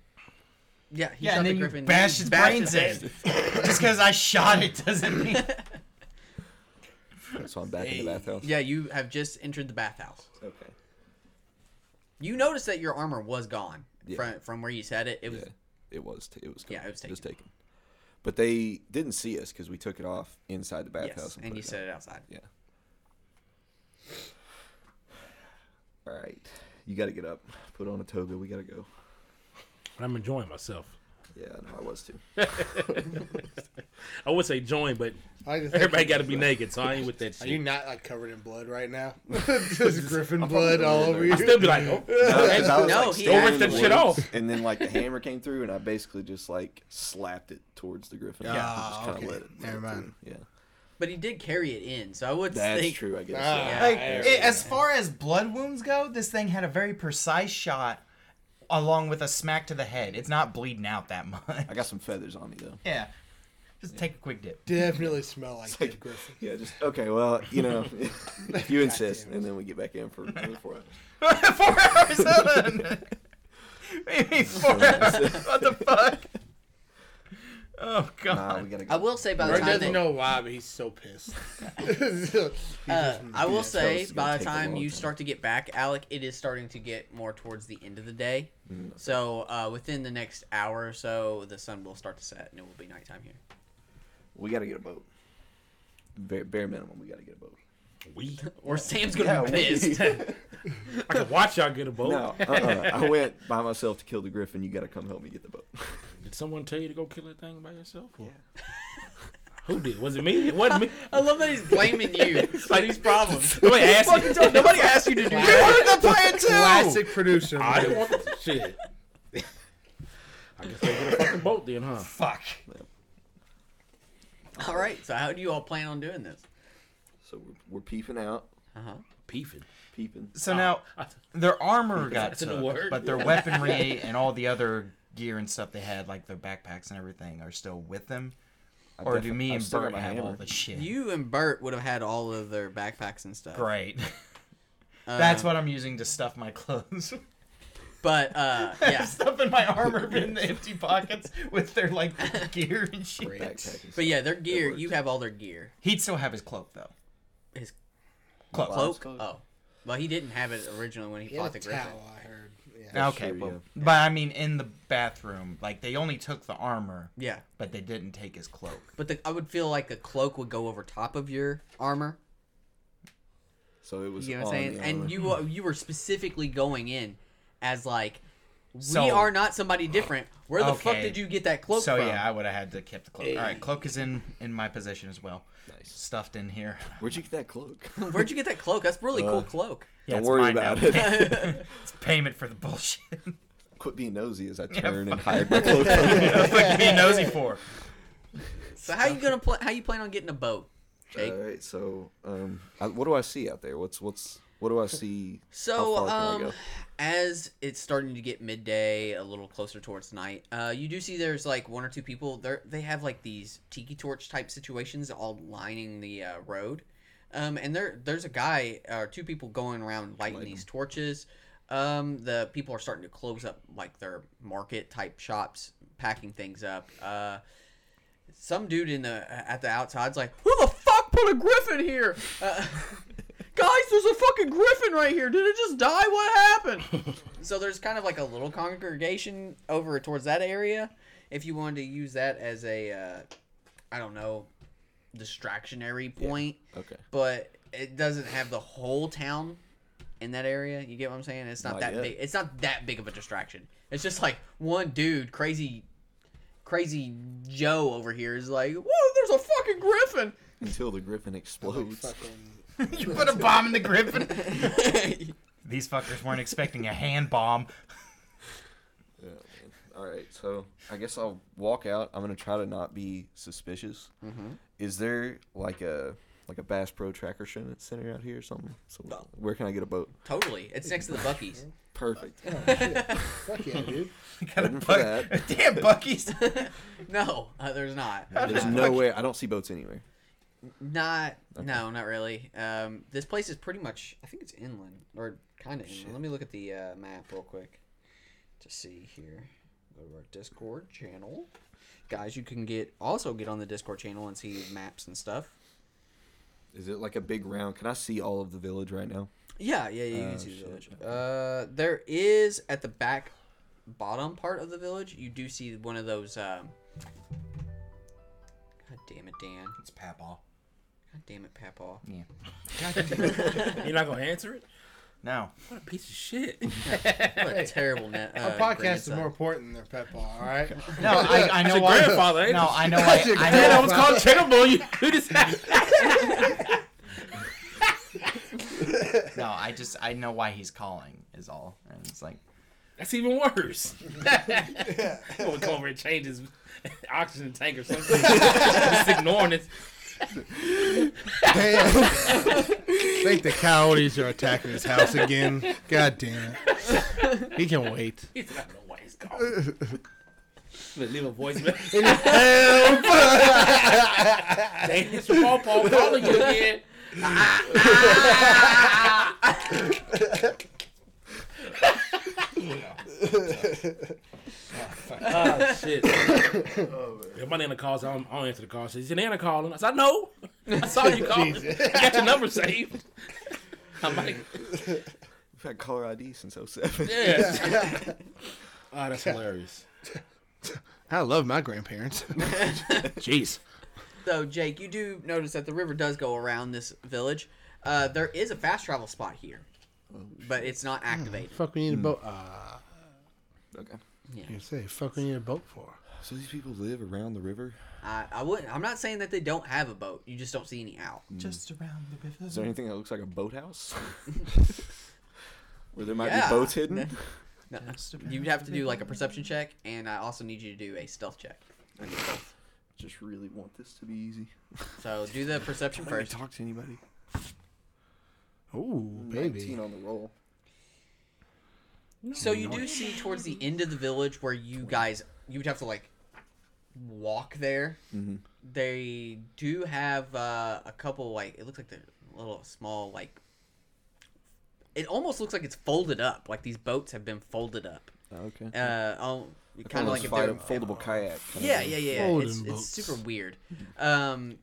Speaker 3: Yeah, he
Speaker 6: Yeah,
Speaker 3: shot
Speaker 6: and
Speaker 3: the
Speaker 6: then you
Speaker 3: griffin.
Speaker 6: bash
Speaker 3: He
Speaker 6: his
Speaker 3: bashed
Speaker 6: brains
Speaker 3: head.
Speaker 6: in. [LAUGHS] Just because I shot it doesn't
Speaker 3: [LAUGHS]
Speaker 6: mean.
Speaker 5: So I'm back in the bathhouse.
Speaker 3: Yeah, you have just entered the bathhouse.
Speaker 5: Okay.
Speaker 3: You notice that your armor was gone
Speaker 5: Yeah.
Speaker 3: from from where you said it. It was
Speaker 5: Yeah. It was. T- it was.
Speaker 3: Yeah,
Speaker 5: gone.
Speaker 3: it was taken.
Speaker 5: taken. But they didn't see us because we took it off inside the
Speaker 3: yes,
Speaker 5: bathhouse.
Speaker 3: and
Speaker 5: put
Speaker 3: you
Speaker 5: it
Speaker 3: said it outside.
Speaker 5: Yeah. You got to get up, put on a toga. We got to go.
Speaker 4: But I'm enjoying myself.
Speaker 5: Yeah, no, I was too.
Speaker 4: I would say join,
Speaker 7: [LAUGHS]
Speaker 4: but
Speaker 7: I like to think-
Speaker 4: everybody got to be naked, so I ain't with that
Speaker 7: Are you
Speaker 4: shit.
Speaker 7: not like covered in blood right now? [LAUGHS] Just griffin blood all over you.
Speaker 2: [LAUGHS]
Speaker 4: I still be like, oh,
Speaker 5: No, 'cause I was,
Speaker 3: No, he-
Speaker 5: standing
Speaker 4: Don't rip
Speaker 5: in the
Speaker 4: that shit
Speaker 5: woods,
Speaker 4: off.
Speaker 5: And then like the hammer came through, and I basically just like slapped it towards the griffin. Yeah, just
Speaker 7: Ah,
Speaker 5: kinda
Speaker 7: okay.
Speaker 5: let it- let
Speaker 7: Never
Speaker 5: it
Speaker 7: mind.
Speaker 5: through. Yeah,
Speaker 3: But he did carry it in, so I would
Speaker 5: that's
Speaker 3: think
Speaker 5: true. I guess.
Speaker 7: Ah.
Speaker 5: yeah.
Speaker 6: Like,
Speaker 4: I-
Speaker 6: it- as far as blood wounds go, this thing had a very precise shot, along with a smack to the head. It's not bleeding out that [LAUGHS] much.
Speaker 5: I got some feathers on me
Speaker 3: [LAUGHS]
Speaker 5: though.
Speaker 6: Yeah, just take a quick dip.
Speaker 7: Definitely smell like dead
Speaker 5: [LAUGHS]
Speaker 7: griffin.
Speaker 5: Yeah, just okay. Well,
Speaker 3: [LAUGHS]
Speaker 5: you know, if you insist, and then we get back in for another four hours.
Speaker 6: [LAUGHS] four hours.
Speaker 5: [LAUGHS]
Speaker 6: Maybe four hours. What the fuck? Oh
Speaker 5: Nah,
Speaker 6: god.
Speaker 5: we gotta go.
Speaker 3: I will say by the
Speaker 7: Bert
Speaker 3: time they,
Speaker 7: doesn't
Speaker 3: uh,
Speaker 7: know why, but he's so pissed. [LAUGHS]
Speaker 3: uh, I will
Speaker 5: Yeah, tell us
Speaker 3: say
Speaker 5: it's gonna
Speaker 3: by the
Speaker 5: take a
Speaker 3: time
Speaker 5: long
Speaker 3: you
Speaker 5: time.
Speaker 3: start to get back, Alec, it is starting to get more towards the end of the day.
Speaker 5: Mm.
Speaker 3: So uh, within the next hour or so, the sun will start to set and it will be nighttime here.
Speaker 5: We gotta get a boat. Bare, bare minimum, we gotta get a boat.
Speaker 4: we.
Speaker 3: Or Sam's gonna be pissed.
Speaker 6: [LAUGHS]
Speaker 4: I can watch y'all get a boat.
Speaker 5: No, uh-uh.
Speaker 3: [LAUGHS]
Speaker 5: I went by myself to kill the griffin. You gotta come help me get the boat.
Speaker 4: Did someone tell you to go kill that thing by yourself? Or? [LAUGHS] Who did? Was it me? It wasn't me. [LAUGHS]
Speaker 3: I love that he's blaming
Speaker 6: [LAUGHS]
Speaker 3: you for these problems.
Speaker 4: Nobody asked you. Nobody asked you to do [LAUGHS] that.
Speaker 6: wanted to play it
Speaker 7: Classic producer.
Speaker 4: I didn't want this shit. I guess they get a fucking boat then, huh?
Speaker 6: Fuck.
Speaker 3: All right, so how do you all plan on doing this?
Speaker 5: So we're, we're peeping out,
Speaker 3: Uh-huh.
Speaker 4: Peeping.
Speaker 5: peeping.
Speaker 6: So now
Speaker 4: I-
Speaker 6: their armor got
Speaker 4: That's a new
Speaker 6: took, [LAUGHS]
Speaker 4: word.
Speaker 6: but their weaponry and all the other gear and stuff they had, like their backpacks and everything, are still with them.
Speaker 5: I
Speaker 6: Or do
Speaker 5: defi-
Speaker 6: me
Speaker 5: I've
Speaker 6: and
Speaker 5: still got
Speaker 6: Bert
Speaker 5: my
Speaker 6: have all
Speaker 5: hammer.
Speaker 6: the shit?
Speaker 3: You and Bert would have had all of their backpacks and
Speaker 6: [LAUGHS]
Speaker 3: stuff.
Speaker 6: Great. [LAUGHS]
Speaker 3: Uh,
Speaker 6: That's what I'm using to stuff my clothes. [LAUGHS]
Speaker 3: But uh, yeah,
Speaker 6: Stuffing my armor [LAUGHS] in the empty pockets with their like gear and shit.
Speaker 5: Backpack and
Speaker 3: but yeah, their gear.
Speaker 5: works.
Speaker 3: You have all their gear.
Speaker 6: He'd still have his cloak though.
Speaker 3: His
Speaker 6: Cloak.
Speaker 3: cloak. Oh, well, he didn't have it originally when he
Speaker 7: He had
Speaker 3: fought
Speaker 7: a
Speaker 3: the griffin.
Speaker 7: towel, I heard. Yeah.
Speaker 6: Okay,
Speaker 5: sure,
Speaker 6: well,
Speaker 5: yeah.
Speaker 6: but I mean, in the bathroom, like they only took the armor,
Speaker 3: Yeah,
Speaker 6: but they didn't take his cloak.
Speaker 3: but the, I would feel like a cloak would go over top of your armor.
Speaker 5: So it was.
Speaker 3: You know what
Speaker 5: on
Speaker 3: I'm saying?
Speaker 5: the armor.
Speaker 3: And you uh, you were specifically going in as like we
Speaker 6: So-
Speaker 3: are not somebody different. Where the fuck
Speaker 6: Okay.
Speaker 3: did you get that cloak
Speaker 6: so
Speaker 3: from?
Speaker 6: yeah, I would have had to kept the cloak. All right, cloak is in in my position as well,
Speaker 5: Nice.
Speaker 6: stuffed in here.
Speaker 5: Where'd you get that cloak? [LAUGHS]
Speaker 3: Where'd you get that cloak? That's really cool cloak.
Speaker 6: Yeah,
Speaker 5: Don't
Speaker 6: it's
Speaker 5: worry
Speaker 6: mine
Speaker 5: about
Speaker 6: now.
Speaker 5: it.
Speaker 6: [LAUGHS] It's payment for the bullshit. [LAUGHS]
Speaker 5: Quit being nosy as I turn and hide
Speaker 3: [LAUGHS]
Speaker 5: my cloak. [LAUGHS] Uh,
Speaker 6: That's what you be nosy for.
Speaker 3: So how you gonna pl- how you plan on getting a boat? Jake?
Speaker 5: All right. So, um, I, what do I see out there? What's what's what do I see?
Speaker 3: So,
Speaker 5: How far can I
Speaker 3: um,
Speaker 5: go?
Speaker 3: as it's starting to get midday, a little closer towards night, uh, you do see there's like one or two people. They they have like these tiki torch type situations all lining the uh, road, um, and there there's a guy or two people going around lighting these torches. Um, the people are starting to close up like their market type shops, packing things up. Uh, some dude in the at the outside's like, "Who the fuck put a griffin here?"
Speaker 5: [LAUGHS]
Speaker 3: Uh, [LAUGHS] Guys, there's a fucking griffin right here. Did it just die? What
Speaker 5: [LAUGHS]
Speaker 3: happened? so there's kind of like a little congregation over towards that area. If you wanted to use that as a, uh, I don't know, distractionary point,
Speaker 5: okay.
Speaker 3: but it doesn't have the whole town in that area. You get what I'm saying? It's not
Speaker 5: Not
Speaker 3: that
Speaker 5: yet.
Speaker 3: big. It's not that big of a distraction. It's just like one dude, crazy, crazy Joe over here is like, "Whoa, there's a fucking
Speaker 5: [LAUGHS]
Speaker 3: griffin!"
Speaker 5: Until the griffin explodes.
Speaker 7: Fucking
Speaker 6: You put a bomb in the griffin. These fuckers weren't expecting a hand bomb. [LAUGHS]
Speaker 5: All right. So I guess I'll walk out. I'm gonna try to not be suspicious. Is there like a like a Bass Pro Tracker Center- Center out here or something? So where can I get a boat?
Speaker 3: Totally, it's next to the Buckies.
Speaker 5: Perfect.
Speaker 7: fuck yeah, dude.
Speaker 2: [LAUGHS]
Speaker 6: Got a
Speaker 5: Heading for
Speaker 6: buck-
Speaker 5: that.
Speaker 6: Damn, Bucky's.
Speaker 3: No, uh, there's not.
Speaker 5: There's no way. I don't see boats anywhere.
Speaker 3: Not no, not really. Um, this place is pretty much. I think it's inland or kind of inland. Let me look at the uh, map real quick to see here. Go to our Discord channel, guys. You can get also get on the Discord channel and see maps and stuff.
Speaker 5: Is it like a big round? Can I see all of the village right now?
Speaker 3: Yeah, yeah, yeah. You
Speaker 5: Oh,
Speaker 3: can see the village. Uh, there is at the back bottom part of the village. You do see one of those. Um, God damn it, Dan!
Speaker 6: It's Papal.
Speaker 3: God damn it, Papaw!
Speaker 6: Yeah.
Speaker 4: [LAUGHS] You're not gonna answer it?
Speaker 6: Now,
Speaker 4: What a piece
Speaker 3: [LAUGHS]
Speaker 4: of shit.
Speaker 3: What a terrible net. Uh,
Speaker 2: Our podcast is
Speaker 3: grandson.
Speaker 2: more important than their pet ball, all right? [LAUGHS]
Speaker 5: [LAUGHS]
Speaker 6: no, I, I know
Speaker 4: your
Speaker 6: why.
Speaker 4: grandfather, ain't
Speaker 6: no,
Speaker 4: it?
Speaker 6: I know why.
Speaker 2: your
Speaker 6: I
Speaker 4: Man, I
Speaker 6: know.
Speaker 4: was called check up on you. Who [LAUGHS] just
Speaker 6: No, I just I know why he's calling is all, and it's like
Speaker 4: That's even worse. I'm gonna [LAUGHS] come over and change his oxygen tank or something. [LAUGHS] just ignoring it.
Speaker 2: Damn. think the coyotes are attacking his house again. God damn it. He can wait.
Speaker 4: He's like, I don't know why he's [LAUGHS] calling. But leave a [LAUGHS] voicemail. Damn, it's your Paw calling you again. Ah. Oh, shit. If my nana calls, I don't, I don't answer the call. She said, Nana calling. I said, I know. I saw you [LAUGHS] calling. I got your number saved. I'm like,
Speaker 5: We've had caller ID since 07.
Speaker 4: yeah. oh, that's hilarious.
Speaker 2: I love my grandparents.
Speaker 4: Jeez.
Speaker 3: So Jake, you do notice that the river does go around this village. Uh, there is a fast travel spot here, but it's
Speaker 2: Hmm.
Speaker 3: not activated.
Speaker 2: fuck we need a boat. Uh,
Speaker 5: [LAUGHS] Okay.
Speaker 2: you say, fuck we need a boat for?
Speaker 5: So these people live around the river?
Speaker 3: I, I wouldn't. I'm not saying that they don't have a boat. You just don't see any out.
Speaker 2: Hmm.
Speaker 6: just around the river.
Speaker 5: Is there anything that looks like
Speaker 4: [LAUGHS]
Speaker 5: a boathouse? [LAUGHS] Where there might
Speaker 3: Yeah.
Speaker 5: be
Speaker 4: [LAUGHS]
Speaker 5: boats hidden?
Speaker 3: No, you'd have to do like a perception check, and I also need you to do a stealth check.
Speaker 5: Just really want this to be easy.
Speaker 3: So do the perception
Speaker 5: Don't let me
Speaker 3: first.
Speaker 5: talk to anybody.
Speaker 2: Ooh, baby.
Speaker 5: 19 on the roll.
Speaker 3: So you do see towards the end of the village where you guys you would have to like walk there. They do have uh, a couple like it looks like they're little small like it almost looks like it's folded up like these boats have been folded up.
Speaker 5: Okay.
Speaker 3: Uh, oh, kind of like if
Speaker 5: fly,
Speaker 3: they're
Speaker 5: foldable kayak. kinda
Speaker 3: yeah,
Speaker 5: thing.
Speaker 3: yeah, yeah. It's,
Speaker 2: Folding
Speaker 3: it's super weird. Um,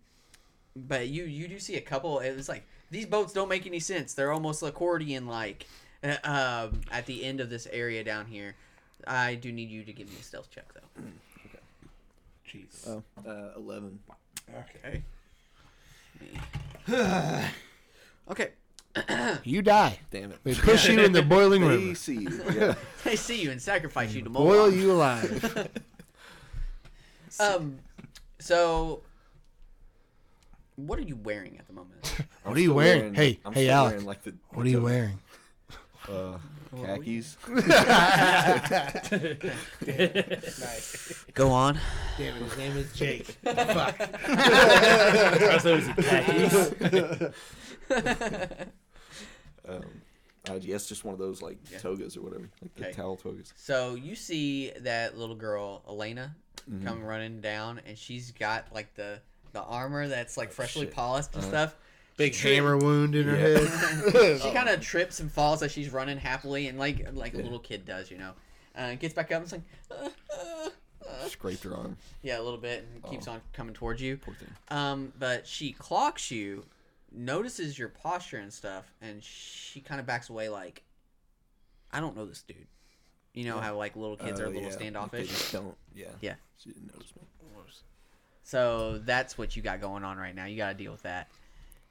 Speaker 3: but you you do see a couple. It was like these boats don't make any sense. They're almost accordion like. Uh, um, at the end of this area down here, I do need you to give me a stealth check though.
Speaker 4: Jeez.
Speaker 5: Oh, uh, 11.
Speaker 3: Okay. [SIGHS] okay.
Speaker 2: You die.
Speaker 5: Damn it.
Speaker 2: They push you in the boiling
Speaker 5: They
Speaker 2: river.
Speaker 5: see
Speaker 4: [LAUGHS]
Speaker 5: you. Yeah.
Speaker 3: They see you and sacrifice you to
Speaker 2: Boil
Speaker 3: Moloch.
Speaker 2: you alive.
Speaker 3: Um. So, what are you wearing at the moment?
Speaker 5: I'm
Speaker 2: What are you
Speaker 5: still
Speaker 2: wearing? Hey,
Speaker 5: I'm
Speaker 2: hey,
Speaker 5: still
Speaker 2: Alec.
Speaker 5: Wearing, like, the,
Speaker 2: What are you wearing?
Speaker 5: Uh, khakis.
Speaker 3: Go on.
Speaker 2: Damn it, his name is Jake. Fuck.
Speaker 4: I said it was a khakis.
Speaker 5: Um, uh, yes, just one of those like togas or whatever, like the
Speaker 3: Okay.
Speaker 5: towel togas.
Speaker 3: [LAUGHS] So you see that little girl Elena
Speaker 5: Mm-hmm.
Speaker 3: come running down, and she's got like the the armor that's like freshly
Speaker 5: Oh, shit. Uh-huh.
Speaker 3: polished and stuff.
Speaker 2: Big
Speaker 3: She tri-
Speaker 2: hammer wound in her
Speaker 5: Yeah.
Speaker 2: head.
Speaker 3: She kind of trips and falls as she's running happily, and like like a little kid does, you know. Uh, gets back up and is like, "Uh, uh,"
Speaker 5: Scraped her arm.
Speaker 3: yeah, a little bit, and keeps on coming towards you.
Speaker 5: Oh. Poor thing.
Speaker 3: Um, but she clocks you, notices your posture and stuff, and she kind of backs away like, I don't know this dude. You know how like little kids
Speaker 5: Uh,
Speaker 3: are a little
Speaker 5: yeah, like,
Speaker 3: standoffish.
Speaker 5: They just don't. Yeah.
Speaker 3: Yeah.
Speaker 5: She didn't notice me.
Speaker 3: So that's what you got going on right now. You got to deal with that.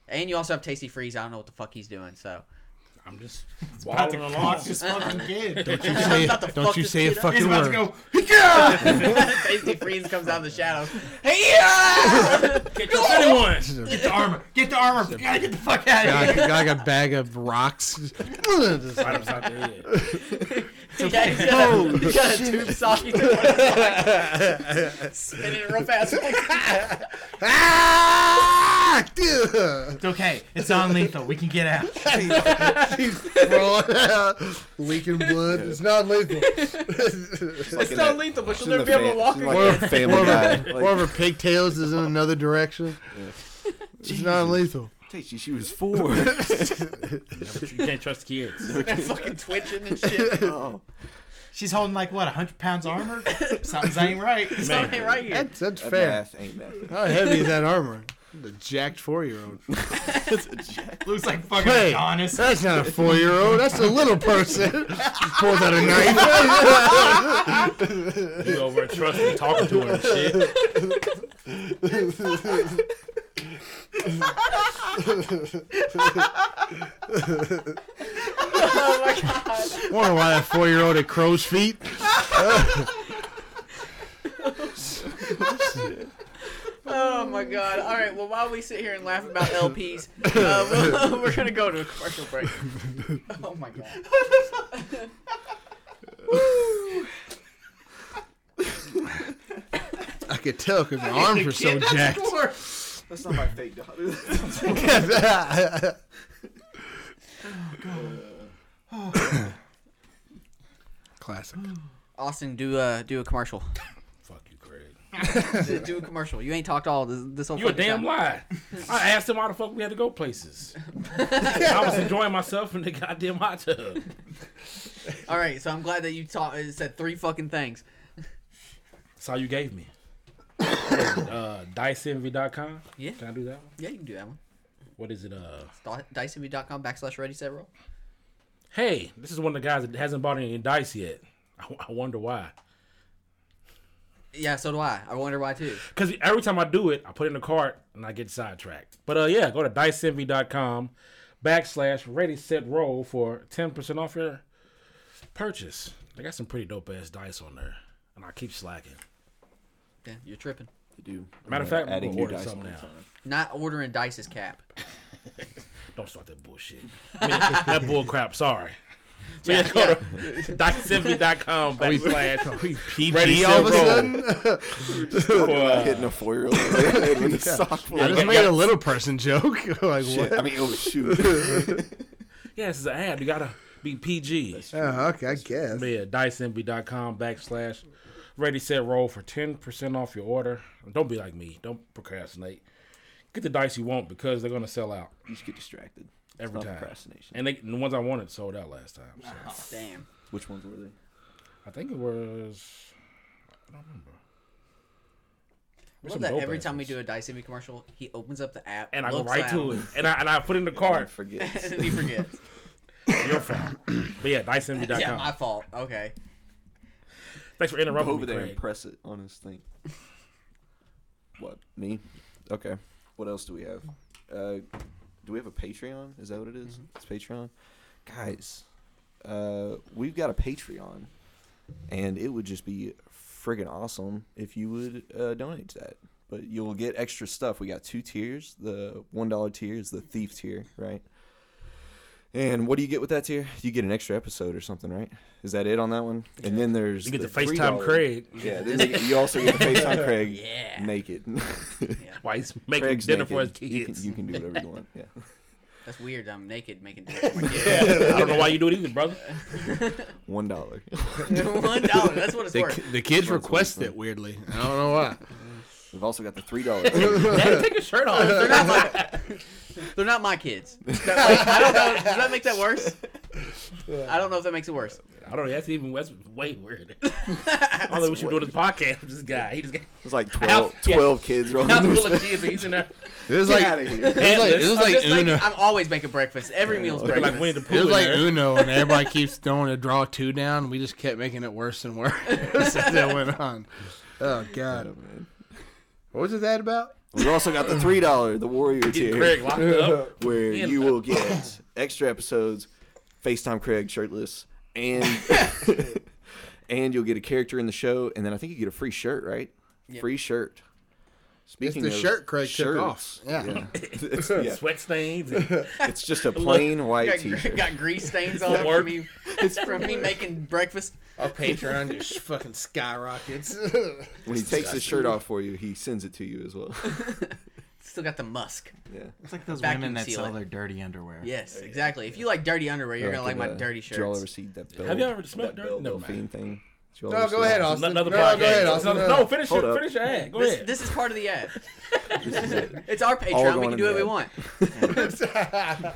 Speaker 3: And you also have Tasty Freeze. I don't know what the fuck he's doing. So [LAUGHS]
Speaker 4: I'm just walking along.
Speaker 7: This fucking kid.
Speaker 2: Don't you
Speaker 3: I'm
Speaker 2: say,
Speaker 3: about to fuck
Speaker 2: don't you
Speaker 3: this
Speaker 2: say a
Speaker 3: kid up. He's
Speaker 2: fucking
Speaker 7: He's about to
Speaker 2: word.
Speaker 7: go.
Speaker 2: [LAUGHS]
Speaker 3: Tasty Freeze comes out of the shadows. [LAUGHS] Hey, yeah!
Speaker 4: Get your pretty one.
Speaker 7: Get the armor. Get the armor. We gotta get the fuck out of
Speaker 2: Got
Speaker 7: here.
Speaker 2: like, got like a bag of rocks. Just
Speaker 4: Right upside the head.
Speaker 3: yeah, he's got a, he's got a tube sock. He's got one sock. Spinning it real
Speaker 4: [LAUGHS]
Speaker 3: fast.
Speaker 2: Ah! Dude.
Speaker 6: It's okay. It's on lethal. We can get
Speaker 2: [LAUGHS]
Speaker 6: out.
Speaker 2: She's rolling out, [LAUGHS] leaking blood. It's not lethal.
Speaker 5: like
Speaker 3: it's not lethal, but she'll never be able to walk again.
Speaker 5: Like in that family guy. Like,
Speaker 2: One of her pigtails is in another direction. It's not lethal.
Speaker 5: Tasty, she
Speaker 4: [LAUGHS]
Speaker 5: was four.
Speaker 4: You can't trust kids.
Speaker 3: fucking twitching and shit.
Speaker 5: oh.
Speaker 7: She's holding like what, hundred pounds armor? Something's
Speaker 2: [LAUGHS]
Speaker 7: ain't right.
Speaker 3: Something right here.
Speaker 2: That's, that's
Speaker 5: That
Speaker 2: fair.
Speaker 5: math ain't math.
Speaker 2: How heavy is that armor? The jacked four year old.
Speaker 5: It's a jack.
Speaker 7: Looks like fucking
Speaker 2: Hey,
Speaker 7: Adonis.
Speaker 2: that's not a four year old. That's a little person. Pulls out a knife.
Speaker 4: You over and trust and talking to her and shit.
Speaker 2: Wonder why that four year old at crow's feet.
Speaker 3: Oh my god. All right, well, while we sit here and laugh about LPs, uh, we'll, [LAUGHS] we're going to go to a commercial break.
Speaker 6: Oh my god.
Speaker 2: I could tell because [LAUGHS] my arms were so jacked.
Speaker 5: That's not my fake dog.
Speaker 2: Oh, Oh. [SIGHS] Classic.
Speaker 3: Austin, do uh, do a commercial.
Speaker 4: Fuck you, Craig.
Speaker 3: do a commercial. You ain't talked all this, this whole
Speaker 4: You a
Speaker 3: fucking
Speaker 4: damn
Speaker 3: time.
Speaker 4: lie. I asked him why the fuck we had to go places. I was enjoying myself in the goddamn hot tub.
Speaker 3: All right, so I'm glad that you taught, uh, said three fucking things.
Speaker 4: That's all you gave me. uh, DiceEnvy.com.
Speaker 3: Yeah.
Speaker 4: Can I do that one?
Speaker 3: Yeah, you can do that one.
Speaker 4: What is it? Uh,
Speaker 3: Dot- DiceMV.com backslash ready set roll.
Speaker 4: hey, this is one of the guys that hasn't bought any dice yet. I, I wonder why.
Speaker 3: Yeah, so do I. I wonder why too.
Speaker 4: Because every time I do it, I put it in the cart and I get sidetracked. But uh, yeah, go to diceenvy.com backslash ready set roll for 10% off your purchase. They got some pretty dope ass dice on there. And I keep slacking.
Speaker 3: Yeah, you're tripping.
Speaker 5: do.
Speaker 4: Matter of
Speaker 5: Yeah,
Speaker 4: fact, I'm
Speaker 5: adding
Speaker 4: gonna
Speaker 5: new
Speaker 4: order
Speaker 5: dice
Speaker 4: something
Speaker 5: all the
Speaker 4: now.
Speaker 5: time.
Speaker 3: Not ordering dice is cap.
Speaker 4: Don't start that bullshit. I mean, [LAUGHS] that bull crap, sorry. So yeah, go to diceenvy.com backslash ready
Speaker 2: all
Speaker 4: set
Speaker 2: of a
Speaker 4: roll.
Speaker 5: About [LAUGHS] hitting a
Speaker 4: [LAUGHS]
Speaker 5: four year old with a sock
Speaker 2: I
Speaker 5: full
Speaker 2: just
Speaker 5: of-
Speaker 2: made a little person joke. [LAUGHS] like
Speaker 5: Shit,
Speaker 2: what?
Speaker 5: I mean, oh shoot.
Speaker 4: Yeah, this is an ad. You gotta be PG.
Speaker 2: Oh, okay, I guess.
Speaker 4: But yeah, diceenvy.com backslash ready set roll for 10% off your order. Don't be like me. Don't procrastinate. Get the dice you want because they're going to sell out
Speaker 5: You just get distracted. It's
Speaker 4: every
Speaker 5: not
Speaker 4: time.
Speaker 5: Procrastination.
Speaker 4: And they, the ones I wanted sold out last time. So.
Speaker 3: Damn.
Speaker 5: Which
Speaker 4: [LAUGHS]
Speaker 5: ones were they?
Speaker 4: I think it was.
Speaker 3: I
Speaker 4: I
Speaker 3: love
Speaker 4: don't remember. There's some
Speaker 3: that
Speaker 4: dope
Speaker 3: every
Speaker 4: ass
Speaker 3: time we
Speaker 4: ones.
Speaker 3: do a DiceMV commercial, he opens up the app
Speaker 4: And I go
Speaker 3: looks
Speaker 4: right to
Speaker 3: at
Speaker 4: it. And I, and I put it in the cart.
Speaker 3: [LAUGHS]
Speaker 4: [LAUGHS]
Speaker 5: Forget.
Speaker 3: and he forgets.
Speaker 4: Your fault. But yeah, diceenvy.com.
Speaker 3: yeah, my fault. Okay.
Speaker 4: Thanks for
Speaker 5: Go
Speaker 4: interrupting
Speaker 5: over
Speaker 4: me,
Speaker 5: there and
Speaker 4: Craig.
Speaker 5: press it on
Speaker 4: [LAUGHS]
Speaker 5: his thing. What me? Okay. What else do we have? Uh, do we have a Patreon? Is that what it is? It's Patreon, guys. Uh, we've got a Patreon, and it would just be friggin' awesome if you would uh, donate to that. But you'll get extra stuff. We got two tiers. The one dollar tier is the thief tier, right? And what do you get with that tier? You get an extra episode or something, right? Is that it on that one? And then there's
Speaker 4: You get to
Speaker 5: the
Speaker 4: FaceTime
Speaker 5: $3
Speaker 4: Craig
Speaker 5: yeah, then they- you also get to
Speaker 4: [LAUGHS]
Speaker 5: FaceTime Craig
Speaker 3: Yeah.
Speaker 5: naked.
Speaker 4: while he's making
Speaker 5: Craig's
Speaker 4: dinner for his
Speaker 5: naked. You can-
Speaker 4: kids.
Speaker 5: You can, do whatever you want. Yeah.
Speaker 3: That's weird. I'm naked making
Speaker 4: [LAUGHS]
Speaker 3: dinner for my
Speaker 4: I don't know why you do it either, brother. [LAUGHS]
Speaker 5: One dollar.
Speaker 3: kids. [LAUGHS] One dollar. That's what it's
Speaker 2: The,
Speaker 3: worth.
Speaker 2: ki- the kids request it weirdly. I don't know why.
Speaker 5: We've also got the three dollar.
Speaker 4: Daddy, take your shirt off.
Speaker 3: They're not my. They're not my
Speaker 4: [LAUGHS]
Speaker 3: kids. That- like, I don't know. Does that make that worse? I don't know if that makes it worse.
Speaker 4: I don't know. That's even that's way weird. I don't know what you do this podcast with this guy. He just got
Speaker 5: It's like
Speaker 4: House-
Speaker 5: 12,
Speaker 4: yeah.
Speaker 5: 12 kids rolling.
Speaker 4: house
Speaker 5: their
Speaker 4: full of kids and he's in there.
Speaker 2: [LAUGHS] It was like
Speaker 5: outta
Speaker 2: it
Speaker 5: here.
Speaker 2: was like, it was
Speaker 4: I'm
Speaker 2: like
Speaker 4: just
Speaker 2: Uno.
Speaker 3: I'm always making breakfast. Every meal's
Speaker 4: Like,
Speaker 3: breakfast.
Speaker 4: Winnie the Pooh.
Speaker 2: it was
Speaker 4: in
Speaker 2: like
Speaker 4: there.
Speaker 2: Uno, and [LAUGHS] everybody keeps throwing a draw two down. and We just kept making it worse and worse [LAUGHS] as that went on. Oh God! What was it that about?
Speaker 5: We've also got the three dollar, the warrior
Speaker 4: Getting
Speaker 5: tier,
Speaker 4: Craig locked up.
Speaker 5: where
Speaker 4: in.
Speaker 5: you
Speaker 4: [LAUGHS]
Speaker 5: will get extra episodes, FaceTime Craig shirtless, and
Speaker 4: [LAUGHS]
Speaker 5: and you'll get a character in the show, and then I think you get a free shirt, right? Free shirt. Speaking
Speaker 2: the shirt Craig took
Speaker 5: shirts,
Speaker 2: off. Yeah. [LAUGHS]
Speaker 5: it's, yeah,
Speaker 4: Sweat stains. And
Speaker 5: it's just a plain [LAUGHS] white
Speaker 3: got,
Speaker 5: t-shirt.
Speaker 3: got grease stains all over
Speaker 4: Work.
Speaker 3: me. It's from me making breakfast.
Speaker 7: Our Patreon just [LAUGHS]
Speaker 2: [LAUGHS]
Speaker 7: fucking skyrockets.
Speaker 5: When he takes his shirt off for you, he sends it to you as well.
Speaker 3: Still got the musk.
Speaker 5: Yeah.
Speaker 6: It's like those
Speaker 3: Vacuum
Speaker 6: women that
Speaker 3: seal
Speaker 6: sell
Speaker 3: it.
Speaker 6: their dirty underwear.
Speaker 3: Yes, exactly. If you like dirty underwear, you're gonna like my
Speaker 5: uh,
Speaker 3: dirty
Speaker 5: Did y'all ever
Speaker 3: shirts.
Speaker 5: see that Bell,
Speaker 4: Have y'all ever smelled
Speaker 5: that
Speaker 4: dirty?
Speaker 5: Bell
Speaker 4: Never
Speaker 5: Delphine
Speaker 4: mind.
Speaker 5: thing? Did y'all
Speaker 7: no,
Speaker 5: ever
Speaker 7: go
Speaker 5: see
Speaker 7: ahead,
Speaker 5: that?
Speaker 7: Austin.
Speaker 4: Another
Speaker 7: no,
Speaker 4: podcast.
Speaker 7: go ahead,
Speaker 4: It's
Speaker 7: Austin.
Speaker 4: another-
Speaker 7: no.
Speaker 4: no, finish
Speaker 5: Hold
Speaker 4: your
Speaker 5: up.
Speaker 4: finish your ad. Go
Speaker 3: This,
Speaker 4: ahead.
Speaker 3: this is part of the ad. [LAUGHS] it's our Patreon.
Speaker 5: going
Speaker 3: We
Speaker 5: in
Speaker 3: can do
Speaker 5: the
Speaker 3: what we
Speaker 5: ad.
Speaker 3: want.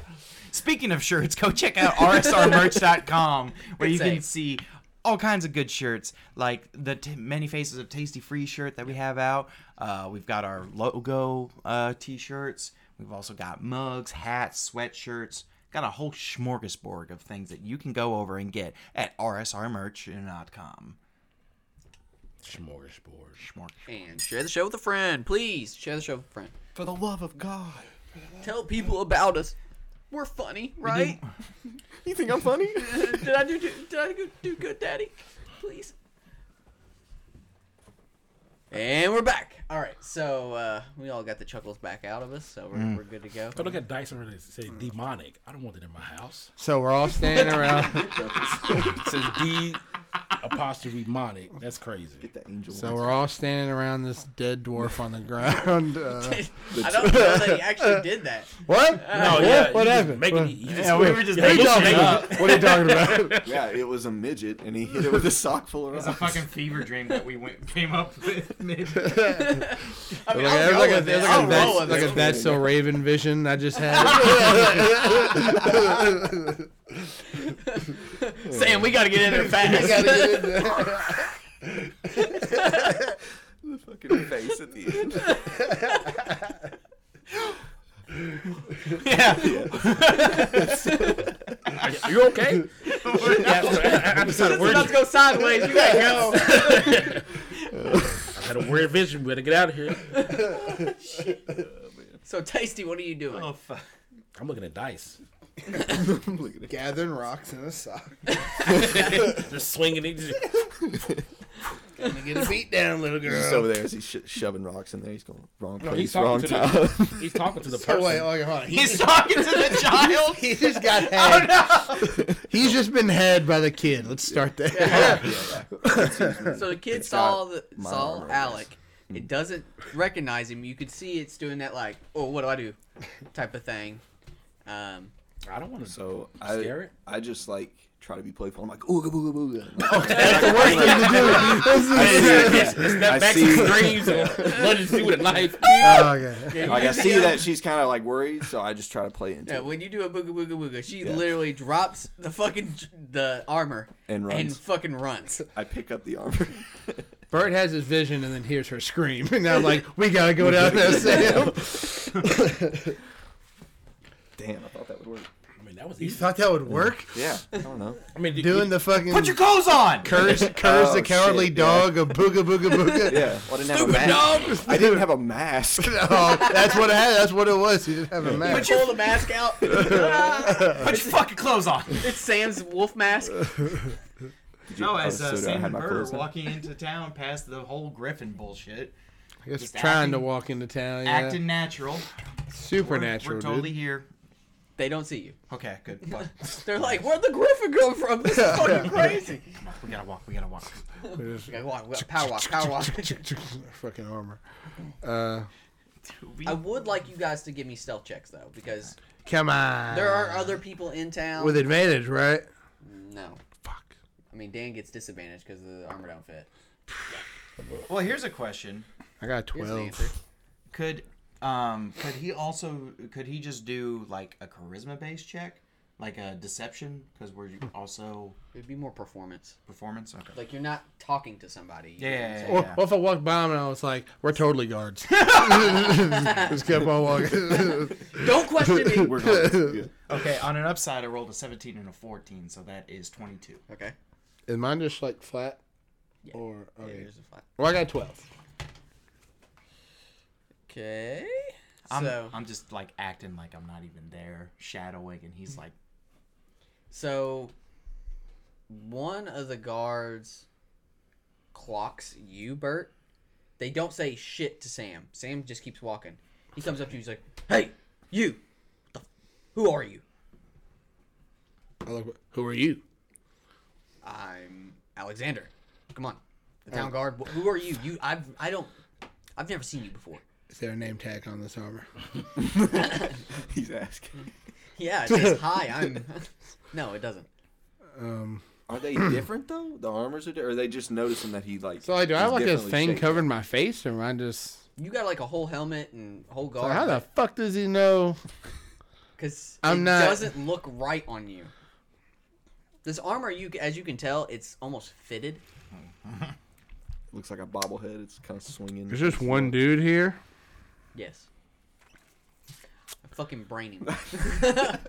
Speaker 6: Speaking of shirts, go check out
Speaker 5: [LAUGHS]
Speaker 6: rsrmerch.com where
Speaker 3: Good
Speaker 6: you can
Speaker 3: save.
Speaker 6: see all kinds of good shirts, like the t- Many Faces of Tasty Free shirt that we have out. Uh, we've got our logo uh, t shirts. We've also got mugs, hats, sweatshirts. Got a whole smorgasbord of things that you can go over and get at rsrmerch.com.
Speaker 4: Smorgasbord.
Speaker 6: Smorg-
Speaker 3: And share the show with a friend, please. Share the show with a friend.
Speaker 5: For the love of God.
Speaker 3: Tell people about us. We're funny, right? [LAUGHS]
Speaker 5: You think I'm [LAUGHS] funny?
Speaker 3: did I do, do did I go- do good, Daddy? Please. And we're back. All right, so uh, we all got the chuckles back out of us, so we're, we're good to go.
Speaker 4: But look at dice and it say demonic. I don't want it in my house.
Speaker 2: So we're all standing around.
Speaker 4: It says D apostrophe monic. That's crazy.
Speaker 5: the angel.
Speaker 2: so
Speaker 5: [LAUGHS]
Speaker 2: we're all standing around this dead dwarf on the ground.
Speaker 7: [LAUGHS]
Speaker 2: Uh,
Speaker 3: I don't know that he actually did that.
Speaker 2: what?
Speaker 4: No,
Speaker 2: What?
Speaker 4: yeah,
Speaker 2: What
Speaker 4: you just
Speaker 2: happened?
Speaker 4: making-
Speaker 2: What-
Speaker 4: you
Speaker 2: Yeah,
Speaker 4: just-
Speaker 2: what-
Speaker 6: were just
Speaker 2: yeah,
Speaker 6: making
Speaker 2: you talking
Speaker 6: shit
Speaker 2: about? What are you talking about?
Speaker 5: yeah, it was a midget, and he hit it with a sock full of [LAUGHS]
Speaker 6: It's a
Speaker 5: rocks.
Speaker 6: fucking fever dream that we went came up with.
Speaker 3: I mean,
Speaker 2: Like,
Speaker 3: I'll
Speaker 2: there's
Speaker 3: go
Speaker 2: like a,
Speaker 3: with
Speaker 2: there's like
Speaker 3: it.
Speaker 2: a
Speaker 3: I'll
Speaker 2: that's,
Speaker 3: roll with
Speaker 2: like a
Speaker 3: it.
Speaker 2: that's so Raven vision I just
Speaker 5: [LAUGHS]
Speaker 2: had.
Speaker 3: Sam, we got to get
Speaker 5: [LAUGHS]
Speaker 3: in there fast. [LAUGHS]
Speaker 5: The fucking face at the end.
Speaker 6: [LAUGHS]
Speaker 5: [LAUGHS]
Speaker 4: Are, are you okay? [LAUGHS] yeah, so I, I, I just had a
Speaker 3: We're
Speaker 4: weird,
Speaker 3: about to go sideways. You gotta go.
Speaker 4: [LAUGHS] I had a weird vision. We had to get out of here.
Speaker 3: So tasty, what are you doing?
Speaker 6: oh fuck.
Speaker 4: I'm looking at dice.
Speaker 7: Gathering rocks in a sock.
Speaker 4: They're swinging it. Just,
Speaker 7: Gonna get a beat down, little girl.
Speaker 5: Just over there as he's sho- shoving rocks in there. He's going wrong place,
Speaker 4: he's talking
Speaker 5: wrong
Speaker 4: to
Speaker 5: time.
Speaker 4: the, he's talking to the
Speaker 7: So
Speaker 4: person.
Speaker 7: Oh, wait, hold on, hold on. He,
Speaker 6: He's talking to [LAUGHS] the child.
Speaker 7: he just got had.
Speaker 2: He's just been had by the kid. Let's start there.
Speaker 3: [LAUGHS] So the kid
Speaker 5: It's
Speaker 3: saw
Speaker 5: got
Speaker 3: the,
Speaker 5: my armor
Speaker 3: saw
Speaker 5: on
Speaker 3: Alec. It doesn't recognize him. You could see it's doing that like, oh, what do I do, type of thing. Um,
Speaker 4: I don't want to. [LAUGHS]
Speaker 5: So
Speaker 4: Scare
Speaker 5: I,
Speaker 4: it?
Speaker 5: I just like try to be playful. I'm like ooga booga booga. [LAUGHS]
Speaker 2: [LAUGHS]
Speaker 5: I
Speaker 4: Back to
Speaker 5: see- [LAUGHS]
Speaker 4: the dreams [LAUGHS] and legacy with a knife.
Speaker 2: Oh, [LAUGHS] okay.
Speaker 5: Like I see that she's kind of like worried, so I just try to play into
Speaker 3: yeah,
Speaker 5: it.
Speaker 3: when you do a booga booga booga, she literally drops the fucking j- the armor
Speaker 5: And runs.
Speaker 3: fucking runs.
Speaker 5: I pick up the armor. [LAUGHS]
Speaker 2: Bert has his vision and then hears her scream. [LAUGHS] And I'm like, [LAUGHS] we gotta go down there, Sam.
Speaker 5: Damn, I thought that would work.
Speaker 4: I mean, that was
Speaker 2: You
Speaker 4: easy.
Speaker 2: thought that would work?
Speaker 5: Yeah, I
Speaker 2: [LAUGHS]
Speaker 5: don't know.
Speaker 4: I mean, you-
Speaker 2: Doing the fucking
Speaker 6: Put your clothes on.
Speaker 2: [LAUGHS] curse, curse
Speaker 5: Oh,
Speaker 2: the cowardly
Speaker 5: shit, yeah.
Speaker 2: dog of booga booga booga.
Speaker 5: Yeah, well, I didn't have a mask. I didn't have
Speaker 2: [LAUGHS]
Speaker 5: a mask.
Speaker 2: Oh, that's what I had. That's what it was. He didn't have a
Speaker 3: But
Speaker 2: mask.
Speaker 3: you pull the mask
Speaker 5: [LAUGHS]
Speaker 3: out. [LAUGHS] Ah,
Speaker 6: Put your fucking clothes on.
Speaker 3: it's Sam's wolf mask.
Speaker 6: No,
Speaker 5: I
Speaker 6: as
Speaker 5: was
Speaker 6: uh,
Speaker 5: Oh, so done, I
Speaker 6: Sam
Speaker 5: had
Speaker 6: and
Speaker 5: my
Speaker 6: Bird
Speaker 5: clothes
Speaker 6: are
Speaker 5: on. [LAUGHS]
Speaker 6: walking into town past the whole Griffin bullshit,
Speaker 2: I guess
Speaker 6: Just
Speaker 2: trying to
Speaker 6: acting-
Speaker 2: walk into town. Yeah.
Speaker 6: acting natural. We're, we're
Speaker 2: supernatural.
Speaker 6: totally
Speaker 2: dude.
Speaker 6: here.
Speaker 3: They don't see you.
Speaker 6: Okay, good. Fuck.
Speaker 3: They're like, where'd the griffin come from? This is fucking crazy.
Speaker 6: Come on, [LAUGHS] we gotta walk. We gotta walk.
Speaker 3: We gotta walk, we gotta power walk,
Speaker 6: [LAUGHS]
Speaker 3: power walk.
Speaker 2: [LAUGHS] Fucking armor. Uh,
Speaker 6: We-
Speaker 3: I would like you guys to give me stealth checks though, because
Speaker 2: come on.
Speaker 3: There are other people in town.
Speaker 2: with advantage, right?
Speaker 3: No.
Speaker 2: Fuck.
Speaker 3: I mean, Dan gets disadvantaged because the armor don't fit.
Speaker 6: Well, here's a question.
Speaker 2: I got
Speaker 3: Here's the
Speaker 2: twelve.
Speaker 3: answer.
Speaker 2: [LAUGHS]
Speaker 6: Could um could he also could he just do like a charisma based check, like a deception? Because we're also
Speaker 3: It'd be more performance.
Speaker 6: performance. Okay.
Speaker 3: Like, you're not talking to somebody.
Speaker 6: yeah, yeah, yeah,
Speaker 2: Or,
Speaker 6: yeah.
Speaker 2: or if I walked by him and I was like, "We're totally guards," [LAUGHS] just kept on walking. [LAUGHS]
Speaker 3: Don't question me.
Speaker 5: We're
Speaker 6: [LAUGHS]
Speaker 5: going. Yeah.
Speaker 6: Okay. On an upside, I rolled a 17 and a 14, so that is 22.
Speaker 3: okay.
Speaker 2: Is mine just like flat? Or
Speaker 3: Yeah,
Speaker 2: okay.
Speaker 3: here's the flat.
Speaker 2: Well, I got twelve.
Speaker 3: Okay.
Speaker 6: I'm,
Speaker 3: so,
Speaker 6: I'm just like acting like I'm not even there, shadowing, and he's like,
Speaker 3: so one of the guards clocks you, Bert. They don't say shit to Sam. Sam just keeps walking. He comes up to you. He's like, "Hey, you. What the- Who are you?
Speaker 2: I look. Who are you?
Speaker 3: I'm Alexander. Come on, the town guard. Wh- Who are you? You, I've, I don't, I've never seen you before.
Speaker 2: Is there a name tag on this armor?
Speaker 5: He's asking,
Speaker 3: [LAUGHS] Yeah, it says hi. [LAUGHS] I'm. No, it doesn't.
Speaker 2: Um.
Speaker 5: are they different though? The armors are, di- or are they just noticing that he like?
Speaker 2: So like, do I
Speaker 5: he's
Speaker 2: have like this
Speaker 5: differently
Speaker 2: thing
Speaker 5: shaped?
Speaker 2: covering my face, or am I just?
Speaker 3: You got like a whole helmet and whole
Speaker 2: Like, how the
Speaker 3: guard
Speaker 2: fuck does he know?
Speaker 3: because it
Speaker 2: I'm not-
Speaker 3: doesn't look right on you. This armor, you as you can tell, it's almost fitted.
Speaker 5: Looks like a bobblehead. It's kind of swinging.
Speaker 2: There's just one dude here.
Speaker 3: Yes. I'm fucking [LAUGHS] braining.
Speaker 2: What?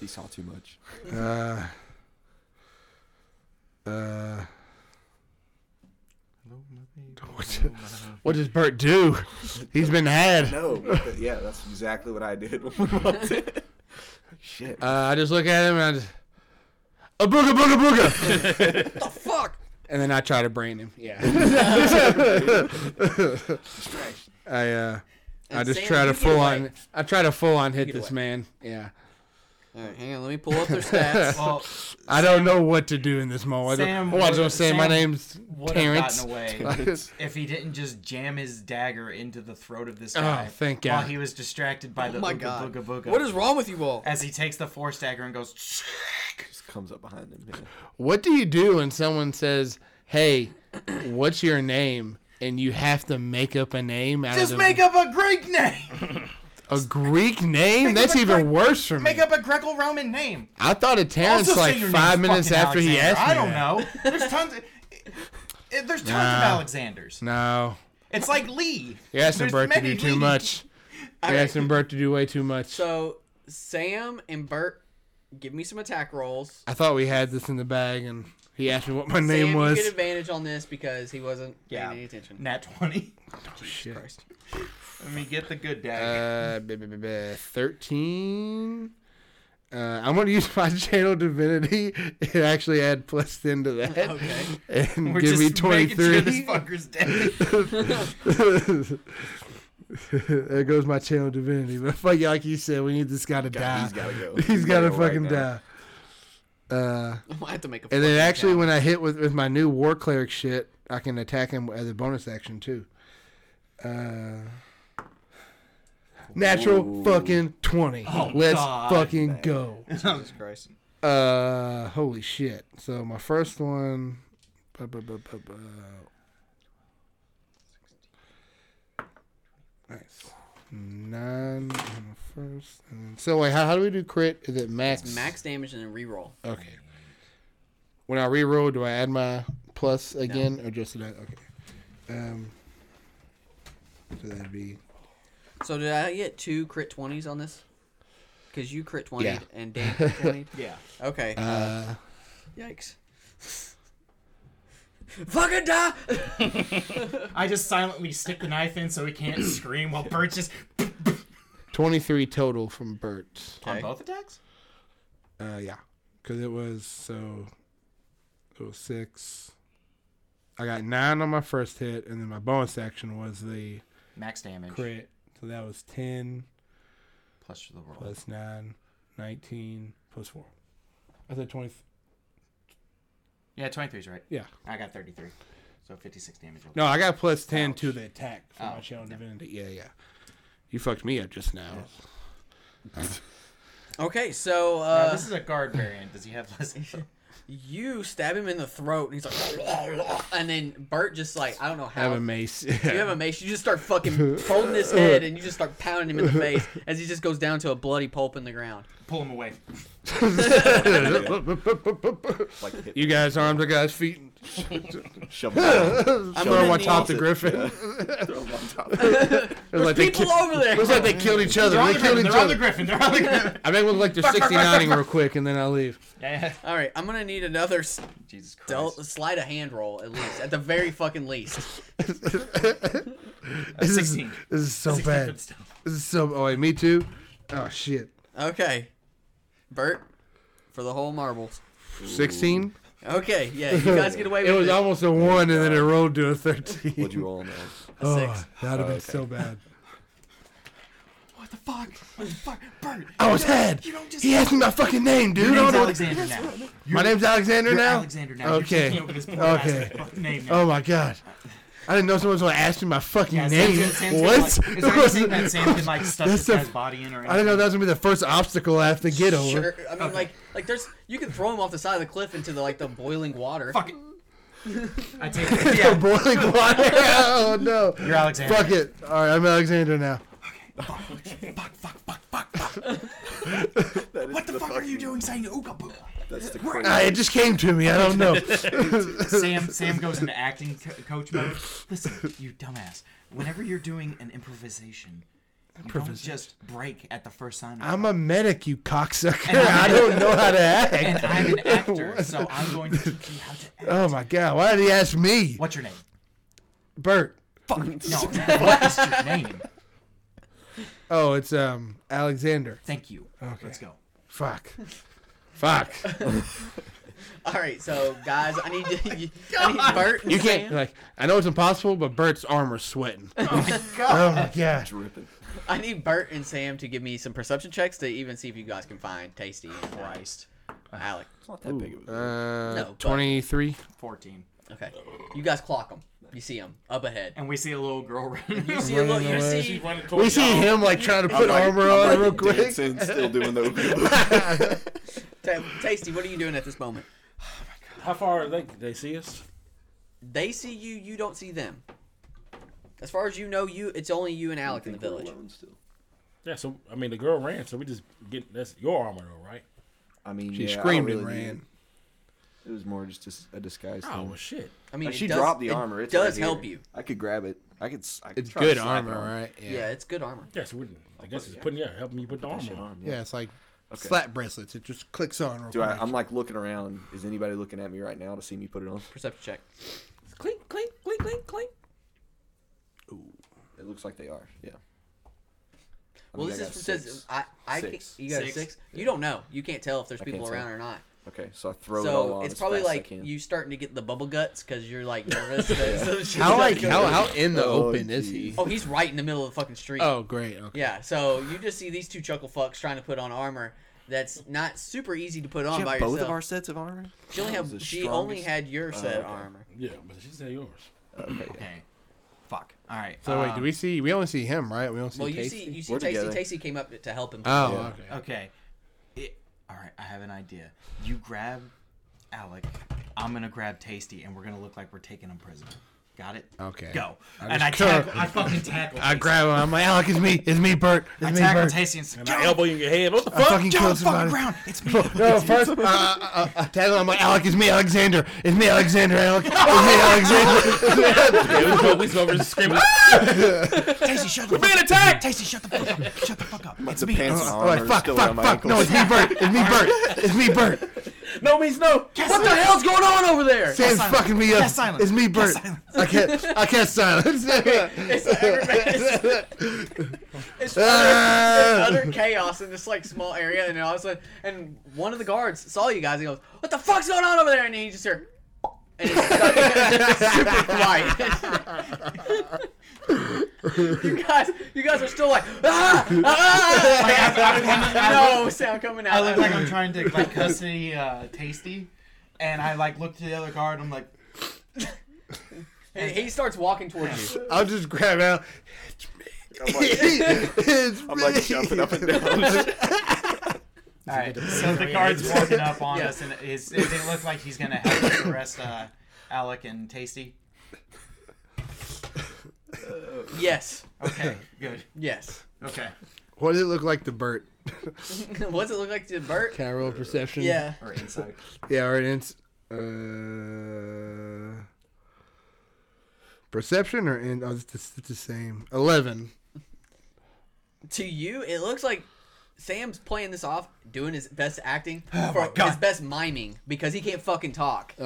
Speaker 5: He saw too much.
Speaker 2: Uh, uh, what, what does Bert do? He's been had.
Speaker 5: No, but yeah, that's exactly what I did.
Speaker 2: [LAUGHS]
Speaker 5: Shit.
Speaker 2: Uh, I just look at him and I just a booga booga [LAUGHS] booga,
Speaker 3: the fuck?
Speaker 2: and then I try to brain him. Yeah. I uh, I
Speaker 3: And
Speaker 2: just
Speaker 3: Sam,
Speaker 2: try
Speaker 3: you
Speaker 2: to
Speaker 3: get
Speaker 2: full
Speaker 3: away.
Speaker 2: on. I try to full on hit
Speaker 4: Get
Speaker 2: this
Speaker 4: away.
Speaker 2: man. Yeah.
Speaker 3: All right, hang on. Let me
Speaker 2: [LAUGHS]
Speaker 3: pull up their stats.
Speaker 2: Oh,
Speaker 6: Well,
Speaker 2: I don't know what to do in this moment.
Speaker 6: Sam
Speaker 2: Well, I was
Speaker 6: would-
Speaker 2: gonna say my
Speaker 6: Sam
Speaker 2: name's
Speaker 6: would have
Speaker 2: Terrence.
Speaker 6: gotten away if he didn't just jam his dagger into the throat of this
Speaker 2: Oh,
Speaker 6: guy
Speaker 2: thank
Speaker 6: while
Speaker 2: God.
Speaker 6: he was distracted by the
Speaker 3: Oh my
Speaker 6: ooga
Speaker 3: God.
Speaker 6: booga booga.
Speaker 3: what is wrong with you all?
Speaker 6: as he takes the force dagger and goes,
Speaker 5: Just comes up behind him. Yeah.
Speaker 2: What do you do when someone says, "Hey, what's your name?" and you have to make up a name out
Speaker 6: just
Speaker 2: of
Speaker 6: make up a Greek name. [LAUGHS]
Speaker 2: a Greek name?
Speaker 6: Make up
Speaker 2: That's
Speaker 6: a
Speaker 2: even
Speaker 6: Greek-
Speaker 2: worse for me.
Speaker 6: Make up a Greco-Roman name.
Speaker 2: I thought of Terrence
Speaker 6: Also say
Speaker 2: like
Speaker 6: your
Speaker 2: five
Speaker 6: name's
Speaker 2: minutes
Speaker 6: fucking
Speaker 2: after he
Speaker 6: Alexander.
Speaker 2: asked me.
Speaker 6: I don't
Speaker 2: that.
Speaker 6: know. There's tons. Of, eh, there's tons of
Speaker 2: Nah.
Speaker 6: Alexanders.
Speaker 2: No,
Speaker 6: It's like Lee.
Speaker 2: you're asking
Speaker 6: There's
Speaker 2: Bert to
Speaker 6: many
Speaker 2: do too
Speaker 6: Lees.
Speaker 2: much. You're asking Bert to do way too much.
Speaker 3: So Sam and Bert, give me some attack rolls.
Speaker 2: I thought we had this in the bag, and he asked me what my
Speaker 3: Sam,
Speaker 2: name
Speaker 3: you
Speaker 2: was.
Speaker 3: get advantage on this because he wasn't
Speaker 6: Yeah.
Speaker 3: paying any attention.
Speaker 6: Nat twenty.
Speaker 2: Oh, Shit.
Speaker 6: Let me get the good dagger.
Speaker 2: Uh, b- b- b- b- thirteen. Uh, I'm gonna [LAUGHS] use my channel divinity and actually add plus ten to that,
Speaker 3: Okay.
Speaker 2: and
Speaker 6: We're
Speaker 2: give
Speaker 6: just
Speaker 2: me twenty
Speaker 6: making sure this
Speaker 2: three.
Speaker 6: fucker's dead.
Speaker 2: [LAUGHS] there goes my channel divinity. But fuck, like you said, we need this guy to die.
Speaker 5: He's gotta go.
Speaker 2: Ah. [LAUGHS] He's gotta
Speaker 5: go right
Speaker 2: fucking
Speaker 5: now.
Speaker 2: die. Uh,
Speaker 3: I might have to make a.
Speaker 2: and then
Speaker 3: fucking
Speaker 2: actually,
Speaker 3: count.
Speaker 2: when I hit with, with my new war cleric shit, I can attack him as a bonus action too. Uh, natural
Speaker 5: Ooh.
Speaker 2: fucking twenty. Let's
Speaker 6: God.
Speaker 2: fucking go.
Speaker 6: Jesus Christ.
Speaker 2: Uh, holy shit! So my first one, bu- bu- bu- bu- bu- nice nine on the first. And then, so wait, how, how do we do crit? Is it max?
Speaker 3: It's max damage and then reroll.
Speaker 2: Okay. When I reroll, do I add my plus again or just that? Okay. Um. So that'd be
Speaker 3: So did I get two crit twenties on this? Because you crit twenty
Speaker 2: Yeah.
Speaker 3: and
Speaker 2: [LAUGHS]
Speaker 3: Dan crit twenty.
Speaker 6: Yeah.
Speaker 3: Okay.
Speaker 2: uh.
Speaker 3: Yikes. [LAUGHS] Fucking die!
Speaker 6: I just silently stick the knife in so he
Speaker 2: [LAUGHS]
Speaker 6: can't scream while Bert just
Speaker 2: 23 total from Bert.
Speaker 6: on both attacks.
Speaker 2: Uh, yeah, because it was so it was six. I got nine on my first hit, and then my bonus action was the
Speaker 6: Max damage
Speaker 2: crit, so that was ten
Speaker 6: plus the roll.
Speaker 2: plus nine, 19 plus four. I said twenty.
Speaker 6: Yeah, 23's right.
Speaker 2: Yeah,
Speaker 6: I got 33. So 56 damage.
Speaker 2: no, I got plus ten to the attack for my
Speaker 6: Oh,
Speaker 2: channel divinity. Yeah, yeah. You fucked me up just now.
Speaker 3: Okay, so
Speaker 6: Now,
Speaker 3: uh,
Speaker 6: this is a guard variant. Does he have less?
Speaker 3: you stab him in the throat, and he's like, [LAUGHS] and then Bert just like, I don't know
Speaker 2: I
Speaker 3: how.
Speaker 2: have a mace. [LAUGHS]
Speaker 3: you have a mace. You just start fucking holding his head, and you just start pounding him in the face as he just goes down to a bloody pulp in the ground.
Speaker 6: Pull him away.
Speaker 5: Like hit,
Speaker 2: you guys' arms, are guys' feet.
Speaker 5: shove him down.
Speaker 2: Throw him on
Speaker 3: the-
Speaker 2: top of Griffin.
Speaker 5: Throw him on top. Of
Speaker 2: [LAUGHS] It was like they
Speaker 3: People
Speaker 2: ki- [LAUGHS]
Speaker 3: over there.
Speaker 2: It was like they killed each other.
Speaker 6: They're on
Speaker 2: They
Speaker 6: the griffin.
Speaker 2: killed each
Speaker 6: They're on the
Speaker 2: other.
Speaker 6: griffin. They're on
Speaker 2: [LAUGHS]
Speaker 6: the griffin.
Speaker 2: I make one like they're 69ing real quick, and then I leave.
Speaker 6: yeah, yeah.
Speaker 3: All right, I'm gonna need another
Speaker 6: Jesus Christ.
Speaker 3: del- slide a hand roll at least, at the very fucking least.
Speaker 6: Uh,
Speaker 2: This is,
Speaker 6: 16.
Speaker 2: this is so
Speaker 6: 16
Speaker 2: bad.
Speaker 6: foot stealth.
Speaker 2: This is so. Oh wait, me too. Oh shit.
Speaker 3: [LAUGHS] Okay, Bert, for the whole marbles.
Speaker 2: 16.
Speaker 3: Okay, yeah, you guys get away with
Speaker 2: [LAUGHS] It was
Speaker 3: it.
Speaker 2: almost a one, and then it rolled to a 13.
Speaker 5: What'd you roll on that?
Speaker 3: A
Speaker 2: Oh,
Speaker 3: six.
Speaker 2: that'd have been
Speaker 5: okay.
Speaker 2: so bad.
Speaker 6: What the fuck? What the fuck? Bert.
Speaker 2: I was had.
Speaker 6: Oh, You don't just.
Speaker 2: He asked me my fucking name, [LAUGHS]
Speaker 6: Your
Speaker 2: dude. I
Speaker 6: name's
Speaker 2: don't know what-
Speaker 6: Alexander now.
Speaker 2: My name's Alexander
Speaker 6: You're
Speaker 2: now.
Speaker 6: Alexander now. You're
Speaker 2: Okay.
Speaker 6: taking over this poor
Speaker 2: Okay.
Speaker 6: bastard's fucking name now.
Speaker 2: Oh my god. I didn't know someone was gonna ask me my fucking
Speaker 6: Yeah, Sam's
Speaker 2: name.
Speaker 6: gonna- Sam's gonna,
Speaker 2: what?
Speaker 6: Like, is there
Speaker 2: [LAUGHS]
Speaker 6: anything that Sam can like stuff
Speaker 2: That's
Speaker 6: this
Speaker 2: the-
Speaker 6: guy's body in or anything?
Speaker 2: I didn't know that was gonna be the first obstacle I have to get over.
Speaker 3: Sure. I mean, like, like there's you can throw him off the side of the cliff into the like the boiling water.
Speaker 6: Fuck it. I take it.
Speaker 2: Yeah. [LAUGHS]
Speaker 6: Yeah.
Speaker 2: [LAUGHS] boiling
Speaker 6: [LAUGHS]
Speaker 2: water. Oh no.
Speaker 6: You're Alexander.
Speaker 2: Fuck it. All right, I'm Alexander now.
Speaker 6: Fuck, fuck, fuck, fuck, fuck.
Speaker 5: That is
Speaker 6: What the, fuck are you
Speaker 5: fucking-
Speaker 6: doing saying ooga booga?
Speaker 5: That's the
Speaker 2: Ah,
Speaker 5: crazy.
Speaker 2: it just came to me. I
Speaker 6: [LAUGHS]
Speaker 2: don't know. [LAUGHS]
Speaker 6: Sam, Sam goes into acting co- coach mode. Listen, you dumbass. Whenever you're doing an improvisation, you don't just break at the first sign. of
Speaker 2: I'm
Speaker 6: it.
Speaker 2: a medic, you cocksucker. [LAUGHS] I don't know how to
Speaker 6: and [LAUGHS]
Speaker 2: act.
Speaker 6: I'm an
Speaker 2: [LAUGHS]
Speaker 6: actor, so I'm going to teach you how to act.
Speaker 2: Oh my god, why did he ask me?
Speaker 6: What's your name?
Speaker 2: Bert.
Speaker 6: Fuck.
Speaker 2: [LAUGHS]
Speaker 6: No. what is your name?
Speaker 2: Oh, it's um Alexander.
Speaker 6: Thank you.
Speaker 2: Okay.
Speaker 6: Let's go. [LAUGHS]
Speaker 2: Fuck. Fuck.
Speaker 3: All right, so guys, I need to, [LAUGHS] you, I need Bert. And
Speaker 2: You can't.
Speaker 3: Sam.
Speaker 2: Like, I know it's impossible, but Bert's armor's
Speaker 5: [LAUGHS]
Speaker 2: sweating.
Speaker 5: Oh
Speaker 2: [LAUGHS]
Speaker 6: God.
Speaker 2: Oh my gosh.
Speaker 5: dripping.
Speaker 3: I need Bert and Sam to give me some perception checks to even see if you guys can find Tasty and uh,
Speaker 6: Christ.
Speaker 3: Alec.
Speaker 5: It's not that big of a
Speaker 2: Uh,
Speaker 3: No, but-
Speaker 2: 23.
Speaker 6: 14.
Speaker 3: Okay, you guys clock them. You see them up ahead.
Speaker 6: And we see a little girl [LAUGHS] running.
Speaker 3: You see a little. You
Speaker 2: away.
Speaker 3: see.
Speaker 2: We see him, like, trying to
Speaker 5: Oh
Speaker 2: put armor on real quick.
Speaker 5: Dancing, still doing [LAUGHS] the
Speaker 3: Ta- Tasty, what are you doing at this moment?
Speaker 4: How far are they? They see us?
Speaker 3: They see you. You don't see them. As far as you know, you it's only you and Alec in the village.
Speaker 4: Yeah, so I mean the girl ran, so we just get that's your armor though, right?
Speaker 5: I mean,
Speaker 2: She
Speaker 5: yeah, I don't
Speaker 2: screamed
Speaker 5: really
Speaker 2: and
Speaker 5: need
Speaker 2: ran.
Speaker 5: It It was more just dis- a disguise.
Speaker 4: Oh
Speaker 5: thing.
Speaker 4: well, shit.
Speaker 3: I mean,
Speaker 5: Like,
Speaker 3: it
Speaker 5: she
Speaker 3: does,
Speaker 5: dropped the
Speaker 3: it
Speaker 5: armor. It's
Speaker 3: does
Speaker 5: right
Speaker 3: help
Speaker 5: here.
Speaker 3: you.
Speaker 5: I could grab it. I could. s- I could
Speaker 2: It's
Speaker 5: try to
Speaker 2: good
Speaker 5: slap it
Speaker 2: armor,
Speaker 5: on.
Speaker 2: right?
Speaker 3: Yeah. it's good armor.
Speaker 4: Yeah, so we I guess it's putting yeah, helping you put the armor on.
Speaker 2: Yeah, it's like
Speaker 5: Okay.
Speaker 2: slap bracelets. It just clicks on real
Speaker 5: Do
Speaker 2: quick.
Speaker 5: I, I'm like looking around. Is anybody looking at me right now to see me put it on?
Speaker 3: Perception check.
Speaker 4: Clink, clink, clink, clink, clink.
Speaker 5: It looks like they are. Yeah. I
Speaker 3: Well,
Speaker 5: think
Speaker 3: this
Speaker 5: I
Speaker 3: is
Speaker 5: got
Speaker 3: says
Speaker 5: six.
Speaker 3: I I
Speaker 5: Six.
Speaker 3: Can't, you got a
Speaker 6: Six.
Speaker 3: six. You don't know. You can't tell if there's
Speaker 5: can't
Speaker 3: people around
Speaker 5: tell.
Speaker 3: or not.
Speaker 5: Okay, so I throw it all
Speaker 3: so
Speaker 5: on.
Speaker 3: it's
Speaker 5: as
Speaker 3: probably
Speaker 5: fast as I
Speaker 3: like
Speaker 5: can.
Speaker 3: you starting to get the bubble guts because you're like
Speaker 5: [LAUGHS]
Speaker 3: nervous. that some [LAUGHS] shit's
Speaker 2: How
Speaker 3: about
Speaker 2: like
Speaker 3: to go
Speaker 2: how
Speaker 3: down.
Speaker 2: how in the
Speaker 5: Oh,
Speaker 2: open is he?
Speaker 5: geez.
Speaker 3: Oh, he's right in the middle of the fucking street.
Speaker 2: Oh, great. Okay.
Speaker 3: Yeah, so you just see these two chuckle fucks trying to put on armor that's not super easy to put on
Speaker 5: She
Speaker 3: by
Speaker 5: had both
Speaker 3: yourself.
Speaker 5: of our sets of armor.
Speaker 3: she only,
Speaker 5: That
Speaker 3: have,
Speaker 5: was the
Speaker 3: she only
Speaker 5: strongest- Oh,
Speaker 3: had your set
Speaker 5: okay.
Speaker 3: armor.
Speaker 4: Yeah, but she said yours.
Speaker 6: okay. Fuck. All right.
Speaker 2: So wait, do
Speaker 6: um,
Speaker 2: we see? We only see him, right? We don't see.
Speaker 3: Well, you
Speaker 2: Casey?
Speaker 3: see, you see,
Speaker 5: We're
Speaker 3: Tasty.
Speaker 5: together.
Speaker 3: Tasty came up to help him.
Speaker 2: Oh,
Speaker 5: Yeah.
Speaker 2: okay.
Speaker 6: Okay. It, all right, I have an idea. You grab Alec. I'm gonna grab Tasty, and we're gonna look like we're taking him prisoner. Got it?
Speaker 2: Okay.
Speaker 6: Go.
Speaker 2: I
Speaker 6: and
Speaker 2: just
Speaker 6: I
Speaker 2: cut.
Speaker 6: tackle. I fucking tackle.
Speaker 2: I
Speaker 6: Tasty.
Speaker 2: grab him. I'm like, Alec, it's me. It's me, Bert. It's
Speaker 6: I
Speaker 2: me,
Speaker 6: tackle
Speaker 2: Bert.
Speaker 6: Tasty and say,
Speaker 4: And
Speaker 6: "Get
Speaker 4: I
Speaker 6: on-
Speaker 4: elbow you in your head. What the
Speaker 2: I
Speaker 4: fuck?
Speaker 2: fucking
Speaker 6: get on
Speaker 2: killed
Speaker 6: the fucking
Speaker 2: somebody.
Speaker 6: ground. It's me.
Speaker 2: No, first, uh, uh, uh, tackle. I'm like, Alec, it's me, Alexander. It's me, Alexander. Alec, it's me, Alexander.
Speaker 4: [LAUGHS] Yeah, we go, we go over and scream.
Speaker 6: Tasty, shut the fuck
Speaker 4: being
Speaker 6: up.
Speaker 4: attacked!
Speaker 6: Tasty, shut the fuck up. Shut the fuck up. It's
Speaker 5: the
Speaker 6: [LAUGHS] me.
Speaker 5: pants and
Speaker 2: I'm
Speaker 5: armor
Speaker 2: like,
Speaker 5: are
Speaker 2: fuck,
Speaker 5: still
Speaker 2: fuck,
Speaker 5: around my
Speaker 2: fuck. No,
Speaker 5: ankles.
Speaker 2: it's me, Bert. It's me, Bert. It's me, Bert.
Speaker 4: [LAUGHS] no means no.
Speaker 3: What the hell's going on over
Speaker 5: [LAUGHS]
Speaker 3: there?
Speaker 2: Sam's
Speaker 6: silence.
Speaker 2: fucking me up.
Speaker 6: Cast silence.
Speaker 2: It's me, Bert.
Speaker 6: Cast silence.
Speaker 2: I can't. I can't silence. [LAUGHS]
Speaker 3: It's everybody- [LAUGHS] It's
Speaker 2: Ah.
Speaker 3: utter chaos in this like small area, and all of a sudden, and one of the guards saw you guys. He goes, "What the fuck's going on over there?" And he just heard, and it's super [LAUGHS] quiet. you guys, you guys are still like, ah, ah, like,
Speaker 6: [LAUGHS] I- I- I-
Speaker 3: no sound coming out.
Speaker 6: I look like
Speaker 4: [LAUGHS]
Speaker 6: I'm trying to like custody uh, Tasty, and I like look to the other guard. I'm like,
Speaker 3: And he starts walking towards you.
Speaker 2: I'll just grab out.
Speaker 5: [LAUGHS]
Speaker 3: [LAUGHS]
Speaker 5: I'm like,
Speaker 2: [LAUGHS] It's
Speaker 5: I'm like jumping up and down.
Speaker 6: all right. So
Speaker 3: [LAUGHS]
Speaker 6: the guard's walking up on
Speaker 3: Yeah.
Speaker 6: us, and it's, it, it looks like he's gonna help us arrest uh, Alec and Tasty.
Speaker 3: Yes,
Speaker 6: Okay, good.
Speaker 3: yes. [LAUGHS]
Speaker 6: Okay.
Speaker 2: What does it look like to Bert?
Speaker 3: What's it look like to Bert?
Speaker 2: Can I roll perception?
Speaker 3: Yeah.
Speaker 6: Or inside.
Speaker 2: Yeah, or ins- uh, perception or in? Oh, it's, the- it's the same. Eleven.
Speaker 3: to you, it looks like Sam's playing this off, doing his best acting, for
Speaker 6: Oh God.
Speaker 3: his best miming because he can't fucking talk. [LAUGHS]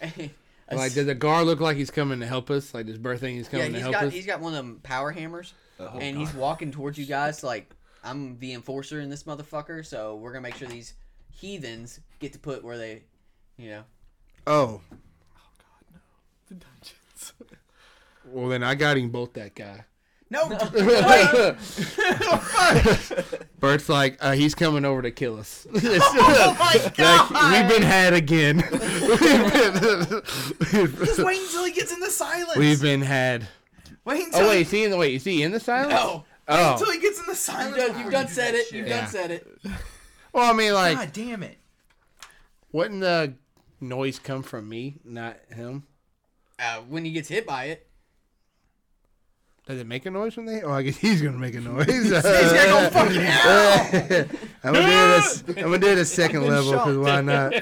Speaker 2: Okay.
Speaker 3: like,
Speaker 2: Like, does the guard look like he's coming to help us? Like, this Bert thing, he's
Speaker 3: yeah,
Speaker 2: coming to
Speaker 3: he's
Speaker 2: help
Speaker 3: got
Speaker 2: us.
Speaker 3: he's got one of them power hammers,
Speaker 2: Oh,
Speaker 3: and he's walking towards you guys like I'm the enforcer in this motherfucker, so we're gonna make sure these heathens get to put where they, you know.
Speaker 2: Oh. [LAUGHS] Well, then I got him both that guy.
Speaker 3: [LAUGHS]
Speaker 6: No.
Speaker 2: [LAUGHS] Bert's like, uh, he's coming over to kill
Speaker 3: [LAUGHS]
Speaker 2: us. oh my god! [LAUGHS] we've been had again. [LAUGHS] we've,
Speaker 6: Just
Speaker 2: been,
Speaker 6: wait until he gets in the silence.
Speaker 2: we've been had.
Speaker 6: wait until,
Speaker 2: Oh wait, is he in the wait? Is he in the silence?
Speaker 3: No.
Speaker 6: until
Speaker 2: Oh.
Speaker 6: he gets in the silence.
Speaker 3: You've done,
Speaker 6: before
Speaker 3: you've
Speaker 6: we
Speaker 3: done
Speaker 6: do
Speaker 3: said
Speaker 6: that
Speaker 3: it.
Speaker 6: shit.
Speaker 3: You've
Speaker 2: Yeah.
Speaker 3: done said it.
Speaker 2: Well, I mean, like,
Speaker 6: God damn it.
Speaker 2: wouldn't the noise come from me, not him?
Speaker 3: Uh, when he gets hit by it,
Speaker 2: Does it make a noise when they? Oh, I guess he's gonna
Speaker 6: [LAUGHS]
Speaker 2: make a noise.
Speaker 6: gonna go
Speaker 2: [LAUGHS]
Speaker 6: fucking
Speaker 2: I'm gonna do this. I'm
Speaker 6: [LAUGHS]
Speaker 2: gonna do it at second level because why not?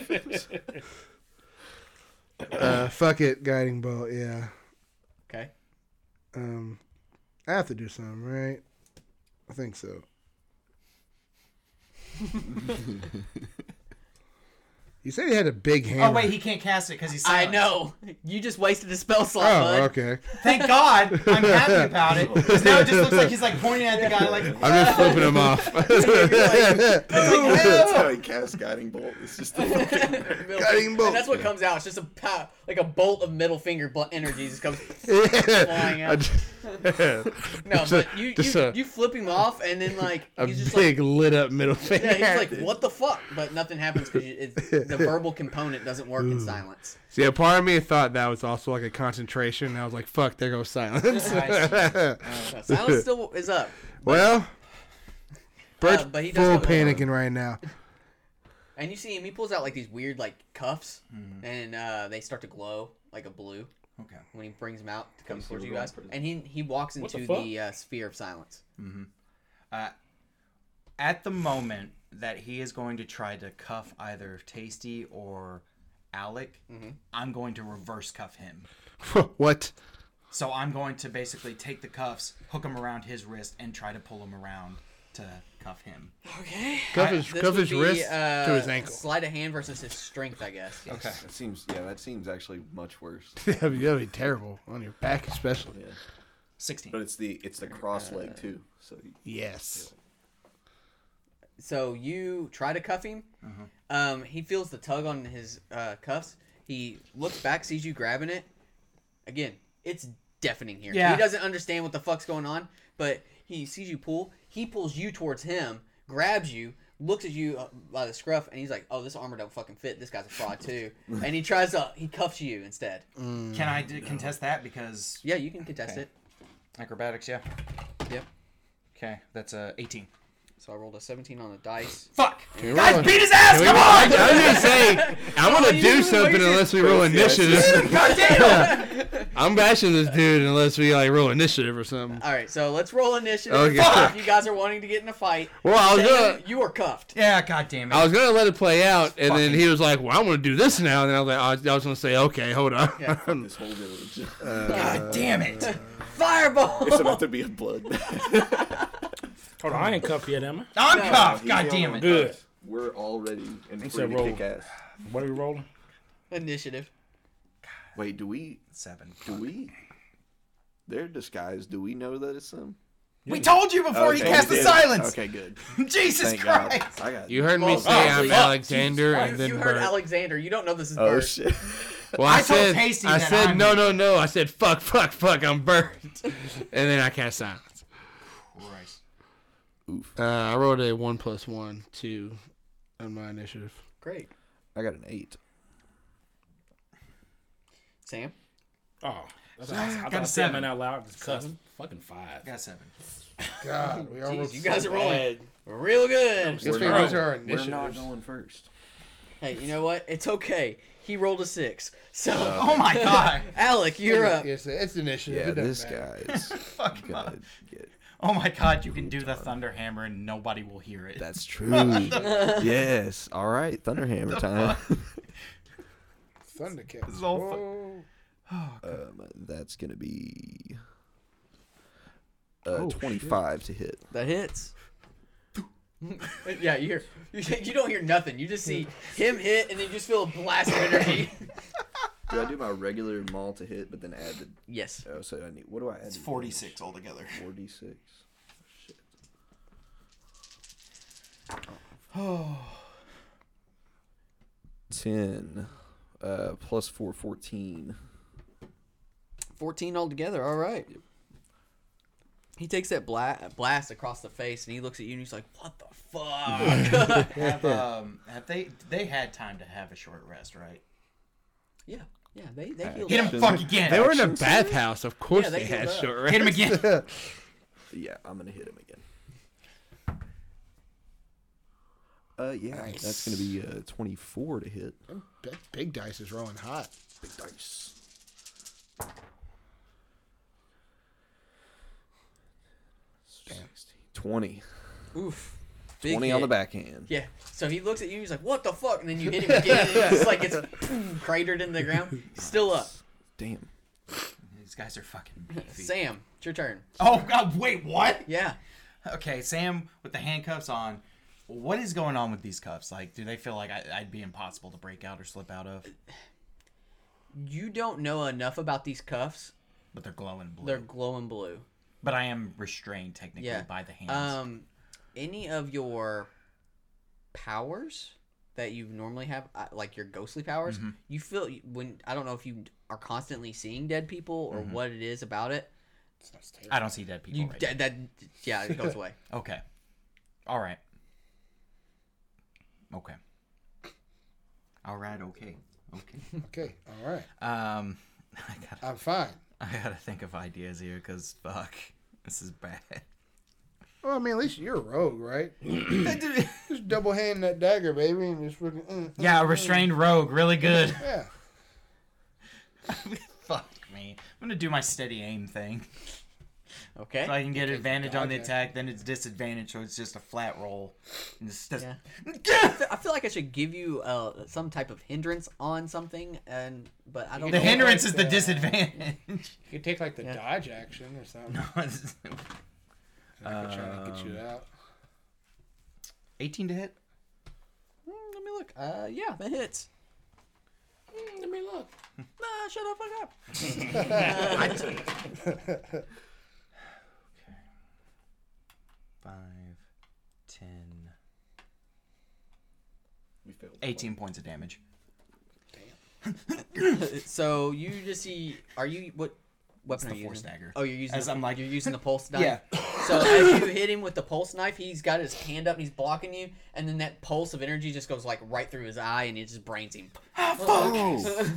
Speaker 2: uh, fuck it, guiding bolt. Yeah.
Speaker 3: okay.
Speaker 2: Um, I have to do something, right? I
Speaker 6: [LAUGHS]
Speaker 2: think so. You said he had a big hammer.
Speaker 6: Oh wait, he can't cast it because he's.
Speaker 3: I
Speaker 6: Silent.
Speaker 3: know. [LAUGHS] You just wasted a spell slot,
Speaker 2: Oh,
Speaker 3: bud. [LAUGHS]
Speaker 2: okay.
Speaker 6: Thank God, I'm
Speaker 2: [LAUGHS]
Speaker 6: happy about it. 'Cause now it just looks like he's like pointing at the guy like.
Speaker 2: I'm just flipping him off.
Speaker 6: [LAUGHS]
Speaker 2: [LAUGHS]
Speaker 5: That's how he casts guiding bolt.
Speaker 3: [LAUGHS]
Speaker 5: It's just the fucking
Speaker 3: Middle
Speaker 2: Got him
Speaker 3: finger.
Speaker 2: both.
Speaker 3: And that's what comes out. It's just a pow, like a bolt of middle finger bl- energy just
Speaker 2: [LAUGHS]
Speaker 3: comes. Flying
Speaker 2: yeah.
Speaker 3: [LAUGHS] out.
Speaker 2: I just- uh,
Speaker 3: [LAUGHS] No,
Speaker 2: Just
Speaker 3: but
Speaker 2: a-
Speaker 3: you
Speaker 2: just
Speaker 3: you,
Speaker 2: a-
Speaker 3: you flip him off, and then like
Speaker 2: [LAUGHS] a
Speaker 3: he's just
Speaker 2: big
Speaker 3: like.
Speaker 2: lit up middle finger.
Speaker 3: [LAUGHS] Yeah, he's like, what the fuck? But nothing happens because
Speaker 2: [LAUGHS]
Speaker 3: the verbal component doesn't work
Speaker 2: Hmm.
Speaker 3: in [LAUGHS] silence.
Speaker 2: See, a part of me thought that was also like a concentration. and I was like, fuck, there goes silence. [LAUGHS]
Speaker 3: So Uh, silence still is up.
Speaker 2: well, Bert's
Speaker 3: Uh, but he does
Speaker 2: full
Speaker 3: have a-
Speaker 2: panicking right now. [LAUGHS]
Speaker 3: And you see him, he pulls out like these weird like cuffs, and uh, they start to glow like a blue
Speaker 6: Okay.
Speaker 3: when he brings them out to come
Speaker 5: see
Speaker 3: towards
Speaker 5: what
Speaker 3: you
Speaker 5: we're
Speaker 3: guys.
Speaker 5: going for.
Speaker 3: And he he walks into
Speaker 4: fuck?
Speaker 3: the, uh, sphere of silence.
Speaker 6: At the moment that he is going to try to cuff either Tasty or Alec, I'm going to reverse cuff him.
Speaker 2: what?
Speaker 6: So I'm going to basically take the cuffs, hook them around his wrist, and try to pull him around to cuff him.
Speaker 3: Okay.
Speaker 2: Cuff his,
Speaker 3: This
Speaker 2: cuff
Speaker 3: would
Speaker 2: his
Speaker 3: be,
Speaker 2: wrist to
Speaker 3: uh,
Speaker 2: his ankle.
Speaker 3: Sleight of hand versus his strength, I guess.
Speaker 6: Okay.
Speaker 5: That seems yeah, that seems actually much worse.
Speaker 2: [LAUGHS] that'd, be, that'd be terrible on your back, especially.
Speaker 5: Yeah.
Speaker 6: 16.
Speaker 5: But it's the it's the cross leg too. So you-
Speaker 2: Yes.
Speaker 3: So you try to cuff him. Um, he feels the tug on his uh, cuffs. He looks back, sees you grabbing it. Again, it's deafening here.
Speaker 6: Yeah.
Speaker 3: He doesn't understand what the fuck's going on, but he sees you pull. He pulls you towards him, grabs you, looks at you uh, by the scruff, and he's like, "Oh, this armor don't fucking fit. This guy's a fraud too." and he tries to he cuffs you instead.
Speaker 6: Can I d- contest that? Because
Speaker 3: Yeah, you can contest
Speaker 6: Okay. acrobatics, yeah.
Speaker 3: it. Yep.
Speaker 6: Okay, that's uh, 18.
Speaker 3: So I rolled a 17 on the dice.
Speaker 6: Fuck!
Speaker 2: roll
Speaker 6: Guys,
Speaker 2: it.
Speaker 6: beat his ass! Come
Speaker 2: I,
Speaker 6: on!
Speaker 2: I was gonna
Speaker 3: [LAUGHS]
Speaker 2: say I'm gonna
Speaker 3: you
Speaker 2: do
Speaker 3: didn't
Speaker 2: something
Speaker 3: waste it.
Speaker 2: unless we roll
Speaker 3: [LAUGHS]
Speaker 5: Yeah, it's
Speaker 6: [LAUGHS]
Speaker 2: initiative. [LAUGHS]
Speaker 6: God damn!
Speaker 2: I'm bashing this dude unless we like roll initiative or something.
Speaker 3: All right, so let's roll initiative.
Speaker 2: Okay.
Speaker 3: If you guys are wanting to get in a fight,
Speaker 2: Well, I was
Speaker 3: Sam,
Speaker 2: gonna-
Speaker 3: you are cuffed.
Speaker 6: yeah, god damn it.
Speaker 2: I was gonna let it play out, and then
Speaker 6: fucking-
Speaker 2: he was like, "Well, I'm gonna do this now," and I was like, "Oh, "I was- I was gonna say, okay, hold on."
Speaker 5: this whole village.
Speaker 6: god damn it!
Speaker 3: Fireball!
Speaker 5: it's about to be a bloodbath.
Speaker 4: Hold on, I ain't cuffed yet, am I?
Speaker 6: I'm cuffed! God damn it!
Speaker 4: Good.
Speaker 5: [LAUGHS] We're already in free
Speaker 4: said
Speaker 5: to
Speaker 4: roll.
Speaker 5: kick ass.
Speaker 4: What are we rolling?
Speaker 3: [LAUGHS] Initiative.
Speaker 5: Wait, do we
Speaker 6: Seven.
Speaker 5: do we? They're disguised. Do we know that it's them?
Speaker 6: We told you before he
Speaker 5: Okay,
Speaker 6: cast the
Speaker 5: good.
Speaker 6: silence!
Speaker 5: Okay, good.
Speaker 6: [LAUGHS] Jesus
Speaker 5: Thank God.
Speaker 6: Christ!
Speaker 5: I got
Speaker 2: [LAUGHS] You heard me
Speaker 5: Well,
Speaker 2: say
Speaker 5: oh,
Speaker 2: I'm
Speaker 3: fuck.
Speaker 2: Alexander, and then
Speaker 3: You heard
Speaker 2: Bert.
Speaker 3: Alexander. You don't know this is
Speaker 5: Oh
Speaker 3: Bert.
Speaker 5: shit. [LAUGHS]
Speaker 2: well, I,
Speaker 6: I told
Speaker 2: said,
Speaker 6: Casey
Speaker 2: I
Speaker 6: that
Speaker 2: said,
Speaker 6: I'm-
Speaker 2: "No, no, no." I said, "Fuck, fuck, fuck." I'm Bert, [LAUGHS] and then I cast silence.
Speaker 6: Christ.
Speaker 2: Uh, I rolled a one plus one two on my initiative.
Speaker 3: Great.
Speaker 5: I got an eight.
Speaker 3: Sam?
Speaker 4: Oh, that's I, I
Speaker 6: Got
Speaker 4: thought
Speaker 6: a
Speaker 4: I said
Speaker 6: seven.
Speaker 4: mine out loud. Just cussed. Fucking five.
Speaker 6: Got seven.
Speaker 2: God, we
Speaker 3: Jeez, you guys are rolling real good.
Speaker 2: Guess we
Speaker 5: not-
Speaker 2: lose our
Speaker 5: We're not
Speaker 2: initiatives.
Speaker 5: going first.
Speaker 3: Hey, you know what? It's okay. He rolled a six. So,
Speaker 6: Oh
Speaker 2: [LAUGHS]
Speaker 6: my god!
Speaker 3: [LAUGHS] Alec, you're up.
Speaker 2: It's, it's initiative.
Speaker 5: Yeah,
Speaker 2: it doesn't
Speaker 5: this
Speaker 2: matter.
Speaker 5: guy
Speaker 6: [LAUGHS]
Speaker 5: is
Speaker 6: Fuck my-
Speaker 5: good. good.
Speaker 6: Oh my god, you can do the thunder hammer and nobody will hear it. [LAUGHS]
Speaker 5: That's true. yes. All right, Thunderhammer time.
Speaker 2: Thunder Cat.
Speaker 6: is all fu-
Speaker 2: Whoa.
Speaker 5: [LAUGHS] Um, that's gonna be uh,
Speaker 6: Oh,
Speaker 5: 25 to hit.
Speaker 3: [LAUGHS] That hits. [LAUGHS] yeah, you hear. [LAUGHS] You, you don't hear nothing. You just see him hit, and then you just feel a blast of energy.
Speaker 5: Do I do my regular maul to hit, but then add the?
Speaker 3: yes.
Speaker 5: Oh, so I need. What do I add?
Speaker 6: It's
Speaker 5: to
Speaker 6: 46 altogether.
Speaker 5: damage? 46. Shit. [SIGHS] Ten. Uh, plus four, 14.
Speaker 3: 14 altogether. All right. He takes that bla- blast across the face and he looks at you and he's like, What the fuck?
Speaker 6: [LAUGHS] have, um, have they they had time to have a short rest, right?
Speaker 3: yeah, yeah, they, they healed
Speaker 6: Hit
Speaker 3: up.
Speaker 6: him fuck again.
Speaker 2: They were in a bathhouse. Of course
Speaker 3: Yeah, they
Speaker 2: they, had
Speaker 3: healed up.
Speaker 2: short
Speaker 6: Hit
Speaker 2: rest.
Speaker 6: him again.
Speaker 5: Yeah, I'm gonna hit him again. Uh, yeah, that's gonna be uh 24 to hit.
Speaker 2: That big dice is rolling hot.
Speaker 5: Big dice.
Speaker 2: Damn.
Speaker 5: 20.
Speaker 3: Oof. Big
Speaker 5: 20 on
Speaker 3: hit.
Speaker 5: the backhand.
Speaker 3: Yeah. So he looks at you he's like, What the fuck? And then you hit him
Speaker 5: [LAUGHS]
Speaker 3: again and it's like it's boom, cratered in the ground. Still up.
Speaker 5: Damn.
Speaker 6: [LAUGHS] These guys are fucking [LAUGHS] beefy.
Speaker 3: Sam, it's your turn.
Speaker 6: Oh god, wait, what?
Speaker 3: Yeah.
Speaker 6: Okay, Sam with the handcuffs on what is going on with these cuffs? Like, do they feel like I, I'd be impossible to break out or slip out of?
Speaker 3: You don't know enough about these cuffs.
Speaker 6: But they're glowing blue.
Speaker 3: They're glowing blue.
Speaker 6: but I am restrained technically
Speaker 3: Yeah.
Speaker 6: by the hands.
Speaker 3: Um, any of your powers that you normally have, uh, like your ghostly powers,
Speaker 5: Mm-hmm.
Speaker 3: you feel when I don't know if you are constantly seeing dead people
Speaker 5: Mm-hmm.
Speaker 3: or what it is about it.
Speaker 6: I don't see dead people.
Speaker 3: You
Speaker 6: right
Speaker 3: de- that yeah, it goes
Speaker 5: [LAUGHS]
Speaker 3: away.
Speaker 6: now. Okay. All right. Okay. All right. Okay. Okay.
Speaker 2: Okay, all right.
Speaker 6: [LAUGHS] um, [LAUGHS] I gotta,
Speaker 2: I'm fine.
Speaker 6: I gotta think of ideas here because fuck, this is
Speaker 3: [COUGHS]
Speaker 6: bad. [COUGHS]
Speaker 2: Well, I mean, at least you're a rogue, right? [LAUGHS] just double hand that dagger, baby, and just fucking. mm, mm,
Speaker 6: yeah, a restrained rogue, really
Speaker 3: [LAUGHS]
Speaker 6: good. [LAUGHS]
Speaker 2: yeah.
Speaker 6: fuck me. I'm gonna do my steady aim thing.
Speaker 3: Okay.
Speaker 6: So I can get advantage on the
Speaker 2: dodge it.
Speaker 6: attack, then it's disadvantage, so it's just a flat roll. And it's just,
Speaker 3: Yeah. I feel like I should give you uh, some type of hindrance on something, and but I
Speaker 6: [LAUGHS]
Speaker 3: don't.
Speaker 6: The
Speaker 3: know.
Speaker 6: hindrance is
Speaker 7: like
Speaker 6: the
Speaker 7: the-
Speaker 6: disadvantage.
Speaker 7: You could take like the dodge action or something.
Speaker 2: I could try to get you
Speaker 3: Um,
Speaker 2: out.
Speaker 6: [LAUGHS] 18 to hit?
Speaker 3: Mm, Let me look. Uh, yeah, that hits.
Speaker 7: Mm, Let me look.
Speaker 3: [LAUGHS] Nah, shut up, fuck up.
Speaker 6: Five, ten,
Speaker 5: We failed.
Speaker 6: 18 points of damage.
Speaker 3: So you just see? Are you what? Weapon
Speaker 6: the
Speaker 3: are you
Speaker 6: force
Speaker 3: using?
Speaker 6: dagger.
Speaker 3: Oh, you're using.
Speaker 6: As
Speaker 3: the-
Speaker 6: I'm like-
Speaker 3: you're using the [LAUGHS] pulse knife. So as you hit him with the pulse knife, he's got his hand up and he's blocking you, and then that pulse of energy just goes like right through his eye, and it just brains him.
Speaker 6: [LAUGHS]
Speaker 5: Oh,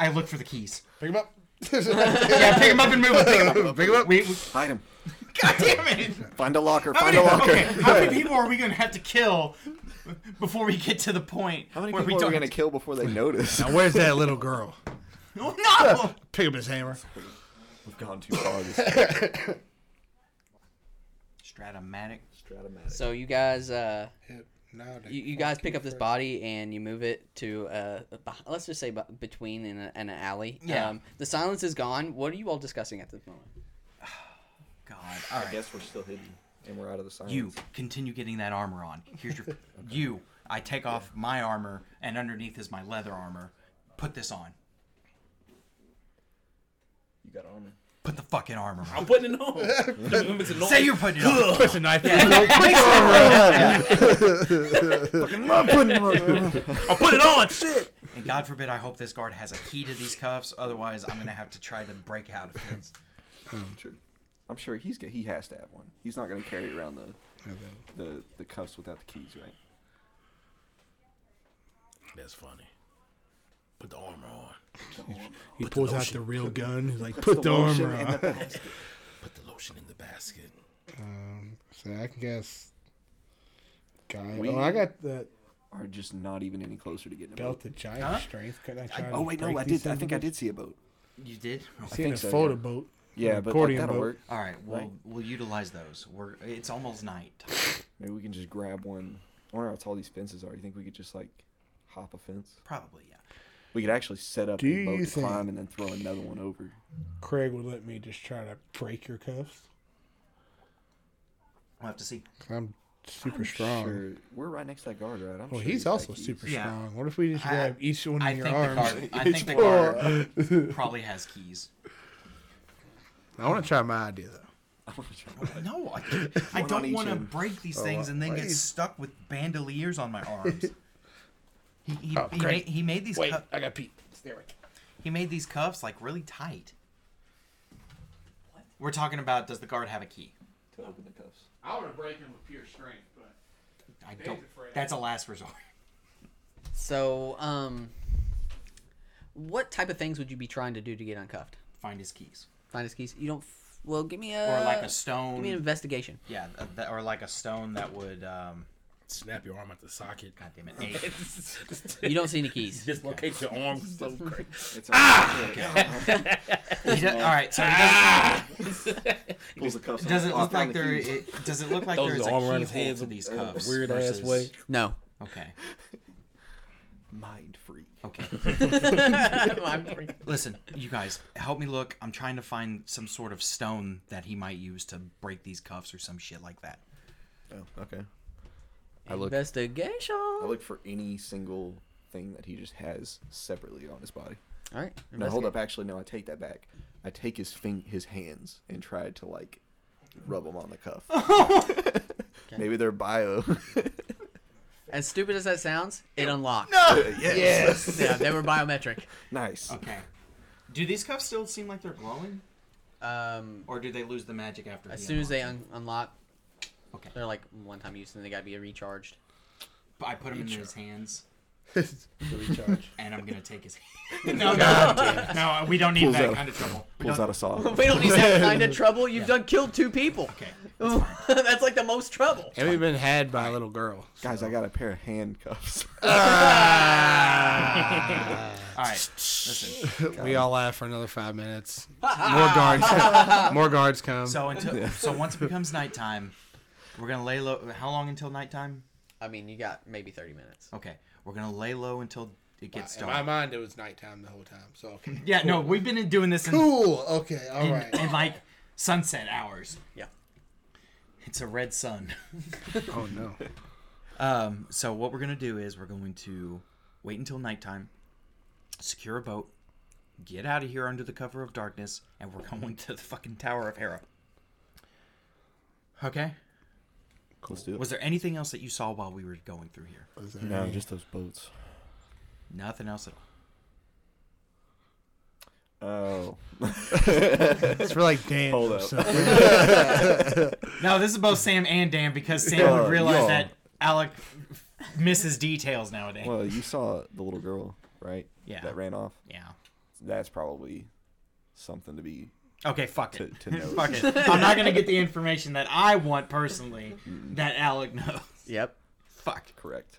Speaker 6: I look for the keys.
Speaker 2: Pick him up.
Speaker 6: yeah, pick them up and move them. Pick 'em up.
Speaker 2: Pick him up.
Speaker 6: We, we,
Speaker 5: find him.
Speaker 6: [LAUGHS] God damn it!
Speaker 5: Find a locker.
Speaker 6: How
Speaker 5: Find
Speaker 6: many,
Speaker 5: a locker.
Speaker 6: okay, how many people are we going to have to kill before we get to the point
Speaker 5: How many
Speaker 6: where
Speaker 5: people
Speaker 6: we
Speaker 5: are
Speaker 6: don't
Speaker 5: we gonna kill before they notice?
Speaker 2: Now, where's [LAUGHS] that little girl?
Speaker 6: No! [LAUGHS] no!
Speaker 2: Pick up his hammer.
Speaker 5: We've gone too far. This
Speaker 6: Stratomatic.
Speaker 5: stratomatic.
Speaker 3: So you guys, uh,
Speaker 2: Hit. Now that
Speaker 3: you, you guys pick up this body and you move it to uh, beh- let's just say beh- between and, a, and an alley.
Speaker 6: Yeah.
Speaker 3: Um, the silence is gone. What are you all discussing at this moment?
Speaker 6: God. All
Speaker 5: I
Speaker 6: right.
Speaker 5: guess we're still hidden, and we're out of the silence.
Speaker 6: You continue getting that armor on. Here's
Speaker 5: [LAUGHS]
Speaker 6: your. You. I take off my armor, and underneath is my leather armor. Put this on.
Speaker 5: You got armor.
Speaker 6: Put the fucking armor on.
Speaker 4: I'm putting it on. Don't make [LAUGHS] some noise.
Speaker 6: Say you're putting it on.
Speaker 4: Puts a knife in. I'll put it on. Shit.
Speaker 6: And God forbid, I hope this guard has a key to these cuffs. Otherwise, I'm gonna have to try to break out of this.
Speaker 5: Sure. I'm sure he's g- he has to have one. He's not gonna carry around the the, the cuffs without the keys, right?
Speaker 4: That's funny. Put the armor on.
Speaker 2: He pulls out the real gun. He's like, put the,
Speaker 5: the lotion
Speaker 2: armor
Speaker 5: in
Speaker 2: on.
Speaker 4: Put the lotion in the basket.
Speaker 2: Um, so I can guess. Guy.
Speaker 5: We-
Speaker 2: oh, I got the
Speaker 5: Or just not even any closer to getting a
Speaker 2: belt
Speaker 5: boat.
Speaker 2: of giant strength. Could I try
Speaker 5: Oh wait, no, I did. I think I did see a boat.
Speaker 6: You did.
Speaker 2: See in a
Speaker 5: think so,
Speaker 2: photo
Speaker 5: yeah.
Speaker 2: boat.
Speaker 5: Yeah, but like,
Speaker 2: accordion
Speaker 5: that'll
Speaker 2: boat.
Speaker 5: work.
Speaker 6: All right. We'll
Speaker 5: Right.
Speaker 6: we'll utilize those. We're. It's almost night.
Speaker 5: Maybe we can just grab one. I wonder how tall these fences are. You think we could just like hop a fence?
Speaker 6: Probably. Yeah.
Speaker 5: We could actually set up
Speaker 2: Do
Speaker 5: a boat
Speaker 2: you
Speaker 5: to
Speaker 2: think-
Speaker 5: climb and then throw another one over.
Speaker 2: Craig would let me just try to break your cuffs.
Speaker 6: We'll have to see.
Speaker 2: I'm super strong.
Speaker 5: Sure. We're right next to that guard, right? I'm
Speaker 2: Well,
Speaker 5: sure
Speaker 2: he's
Speaker 5: got
Speaker 2: also
Speaker 5: keys. [LAUGHS]
Speaker 2: super
Speaker 6: Yeah.
Speaker 2: strong. What if we just
Speaker 6: I-
Speaker 2: grab each one
Speaker 6: I
Speaker 2: in your
Speaker 6: think the
Speaker 2: arms?
Speaker 6: guard.
Speaker 2: [LAUGHS]
Speaker 6: I think the
Speaker 2: Or-
Speaker 6: guard probably has keys.
Speaker 2: I want to try my idea though.
Speaker 5: I wanna try that.
Speaker 6: No, [LAUGHS] I, I
Speaker 5: One on
Speaker 6: don't
Speaker 5: each
Speaker 6: want to
Speaker 5: end.
Speaker 6: break these things and then get
Speaker 2: please.
Speaker 6: stuck with bandoliers on my arms. He, he, he, made,
Speaker 2: great.
Speaker 6: he made these
Speaker 2: Wait,
Speaker 6: cu-
Speaker 2: I got Pete. There
Speaker 6: he made these cuffs like really tight. We're talking about does the guard have a key?
Speaker 5: To open
Speaker 2: [LAUGHS]
Speaker 5: the cuffs.
Speaker 7: I would break him with pure strength, but
Speaker 6: I don't. That's a last resort. [LAUGHS]
Speaker 3: So, um, what type of things would you be trying to do to get uncuffed?
Speaker 6: Find his keys
Speaker 3: Find his keys. You don't. F- well, give me a.
Speaker 6: or like a
Speaker 3: Give
Speaker 6: stone.
Speaker 3: me an investigation.
Speaker 6: yeah, th- th- or like a stone that would. Um,
Speaker 4: Snap your arm out the socket.
Speaker 6: God
Speaker 4: [LAUGHS]
Speaker 6: damn it! Eight.
Speaker 3: You don't see
Speaker 6: [LAUGHS]
Speaker 3: any keys.
Speaker 4: Dislocate your arm.
Speaker 2: Oh,
Speaker 4: So great.
Speaker 5: It's ah!
Speaker 6: He do- all right, so he
Speaker 4: Ah!
Speaker 6: doesn't,
Speaker 5: Pulls the cuffs.
Speaker 6: does it
Speaker 5: off,
Speaker 6: look
Speaker 5: found
Speaker 6: like
Speaker 5: the
Speaker 6: there?
Speaker 5: keys.
Speaker 6: It, does it look like
Speaker 4: Throws
Speaker 6: there's
Speaker 4: his
Speaker 6: a
Speaker 4: arm around his
Speaker 6: keyhole
Speaker 4: hands
Speaker 6: to
Speaker 4: in
Speaker 6: these
Speaker 4: a
Speaker 6: cuffs?
Speaker 4: weird ass
Speaker 6: versus-
Speaker 4: way.
Speaker 3: No.
Speaker 6: Okay.
Speaker 5: Mind freak.
Speaker 6: Okay. [LAUGHS]
Speaker 3: I'm pretty-
Speaker 6: Listen, you guys, help me look. I'm trying to find some sort of stone that he might use to break these cuffs or some shit like that.
Speaker 5: Oh, okay. look-
Speaker 3: Investigation.
Speaker 5: I look for any single thing that he just has separately on his body.
Speaker 3: All right.
Speaker 5: No,
Speaker 3: investigate.
Speaker 5: hold up. Actually, no, I take that back. I take his fing- his hands and try to like rub them on the [LAUGHS] cuff. Maybe they're bio. [LAUGHS]
Speaker 3: As stupid as that sounds, it unlocked.
Speaker 5: yes. yes.
Speaker 3: yeah, they
Speaker 6: [LAUGHS]
Speaker 3: were biometric.
Speaker 5: Nice.
Speaker 6: Okay. Do these cuffs still seem like they're glowing,
Speaker 3: Um,
Speaker 6: or do they lose the magic after?
Speaker 3: as
Speaker 6: he
Speaker 3: soon as they
Speaker 6: unlocks
Speaker 3: un- unlock,
Speaker 6: Okay.
Speaker 3: they're like one-time use, and they gotta be recharged. [LAUGHS]
Speaker 6: them? I put them in his hands,
Speaker 2: recharge.
Speaker 6: [LAUGHS] and I'm gonna take his. no, no, no, we don't need
Speaker 5: Pulls
Speaker 6: that
Speaker 5: out.
Speaker 6: kind of trouble. We
Speaker 5: [LAUGHS] Pulls
Speaker 6: don't-
Speaker 5: out a saw.
Speaker 3: We don't need [LAUGHS] that kind of trouble. You've done killed two people.
Speaker 6: Okay.
Speaker 3: [LAUGHS] That's like the most trouble.
Speaker 2: Have you been had by a little girl?
Speaker 5: Guys, I got a pair of [LAUGHS] handcuffs.
Speaker 6: All right. Listen.
Speaker 2: [LAUGHS] We all laugh for another five
Speaker 5: [LAUGHS]
Speaker 2: minutes. More guards. [LAUGHS] More guards come.
Speaker 6: So until so once it becomes nighttime, we're gonna lay low. How long until nighttime?
Speaker 3: I mean, you got maybe 30 minutes.
Speaker 6: Okay, we're gonna lay low until it gets
Speaker 2: in
Speaker 6: dark.
Speaker 2: my mind, it was nighttime the whole time. So okay.
Speaker 6: yeah, no, we've been doing this in,
Speaker 7: Cool. Okay. All
Speaker 6: in,
Speaker 7: right.
Speaker 6: in like sunset hours.
Speaker 3: Yeah.
Speaker 6: It's a red sun. [LAUGHS]
Speaker 2: oh no.
Speaker 6: Um, so what we're gonna do is we're going to wait until nighttime, secure a boat, get out of here under the cover of darkness, and we're [LAUGHS] going to the fucking Tower of Hera. Okay.
Speaker 5: Let's do it.
Speaker 6: Was there anything else that you saw while we were going through here?
Speaker 5: no, just those boats.
Speaker 6: Nothing else at all.
Speaker 5: Oh.
Speaker 2: It's for like Dan.
Speaker 5: Hold up.
Speaker 6: No, this is both Sam and Dan because Sam
Speaker 5: Uh,
Speaker 6: would realize
Speaker 5: yeah.
Speaker 6: that Alec misses details nowadays.
Speaker 5: Well, you saw the little girl, right?
Speaker 6: Yeah.
Speaker 5: That ran off.
Speaker 6: yeah.
Speaker 5: That's probably something to be.
Speaker 6: Okay, fuck it.
Speaker 5: To- to know.
Speaker 6: fuck it. I'm not gonna get the information that I want personally that Alec knows.
Speaker 3: Yep.
Speaker 6: Fuck.
Speaker 5: [LAUGHS] Correct.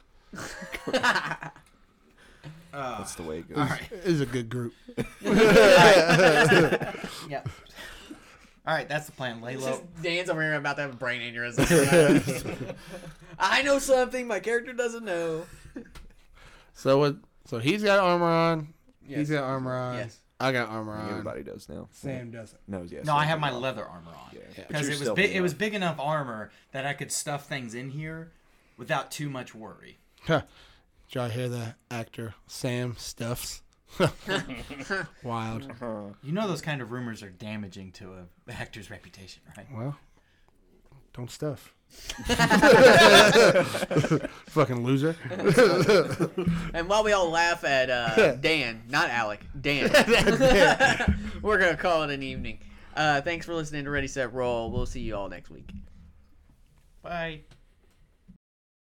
Speaker 5: That's the way it goes.
Speaker 6: All right.
Speaker 2: This is a good group.
Speaker 6: Yeah. [LAUGHS] All right, that's the plan. Lay low.
Speaker 3: Dan's over here about to have a brain [LAUGHS] aneurysm. I know something my character doesn't know.
Speaker 2: So what? So he's got armor on.
Speaker 3: Yes.
Speaker 2: He's got armor on.
Speaker 3: Yes.
Speaker 2: I got armor
Speaker 5: I think
Speaker 2: on.
Speaker 5: Everybody does now.
Speaker 7: Sam doesn't.
Speaker 5: No, yes.
Speaker 6: No, I have my leather armor on
Speaker 5: but
Speaker 6: because
Speaker 5: you're
Speaker 6: it was
Speaker 5: still
Speaker 6: big.
Speaker 5: being
Speaker 6: It was
Speaker 5: up.
Speaker 6: big enough armor that I could stuff things in here without too much worry.
Speaker 2: Huh. Did y'all hear the actor Sam [LAUGHS] Stuffs? Wild.
Speaker 6: You know those kind of rumors are damaging to a [LAUGHS] actor's reputation, right?
Speaker 2: Well, don't [LAUGHS] stuff. Fucking [LAUGHS] loser.
Speaker 3: And while we all laugh at [LAUGHS] uh, Dan, not Alec, [LAUGHS] Dan, [LAUGHS] we're going to call it an evening. Uh, thanks for listening to Ready, Set, Roll. We'll see you all next week.
Speaker 6: Bye.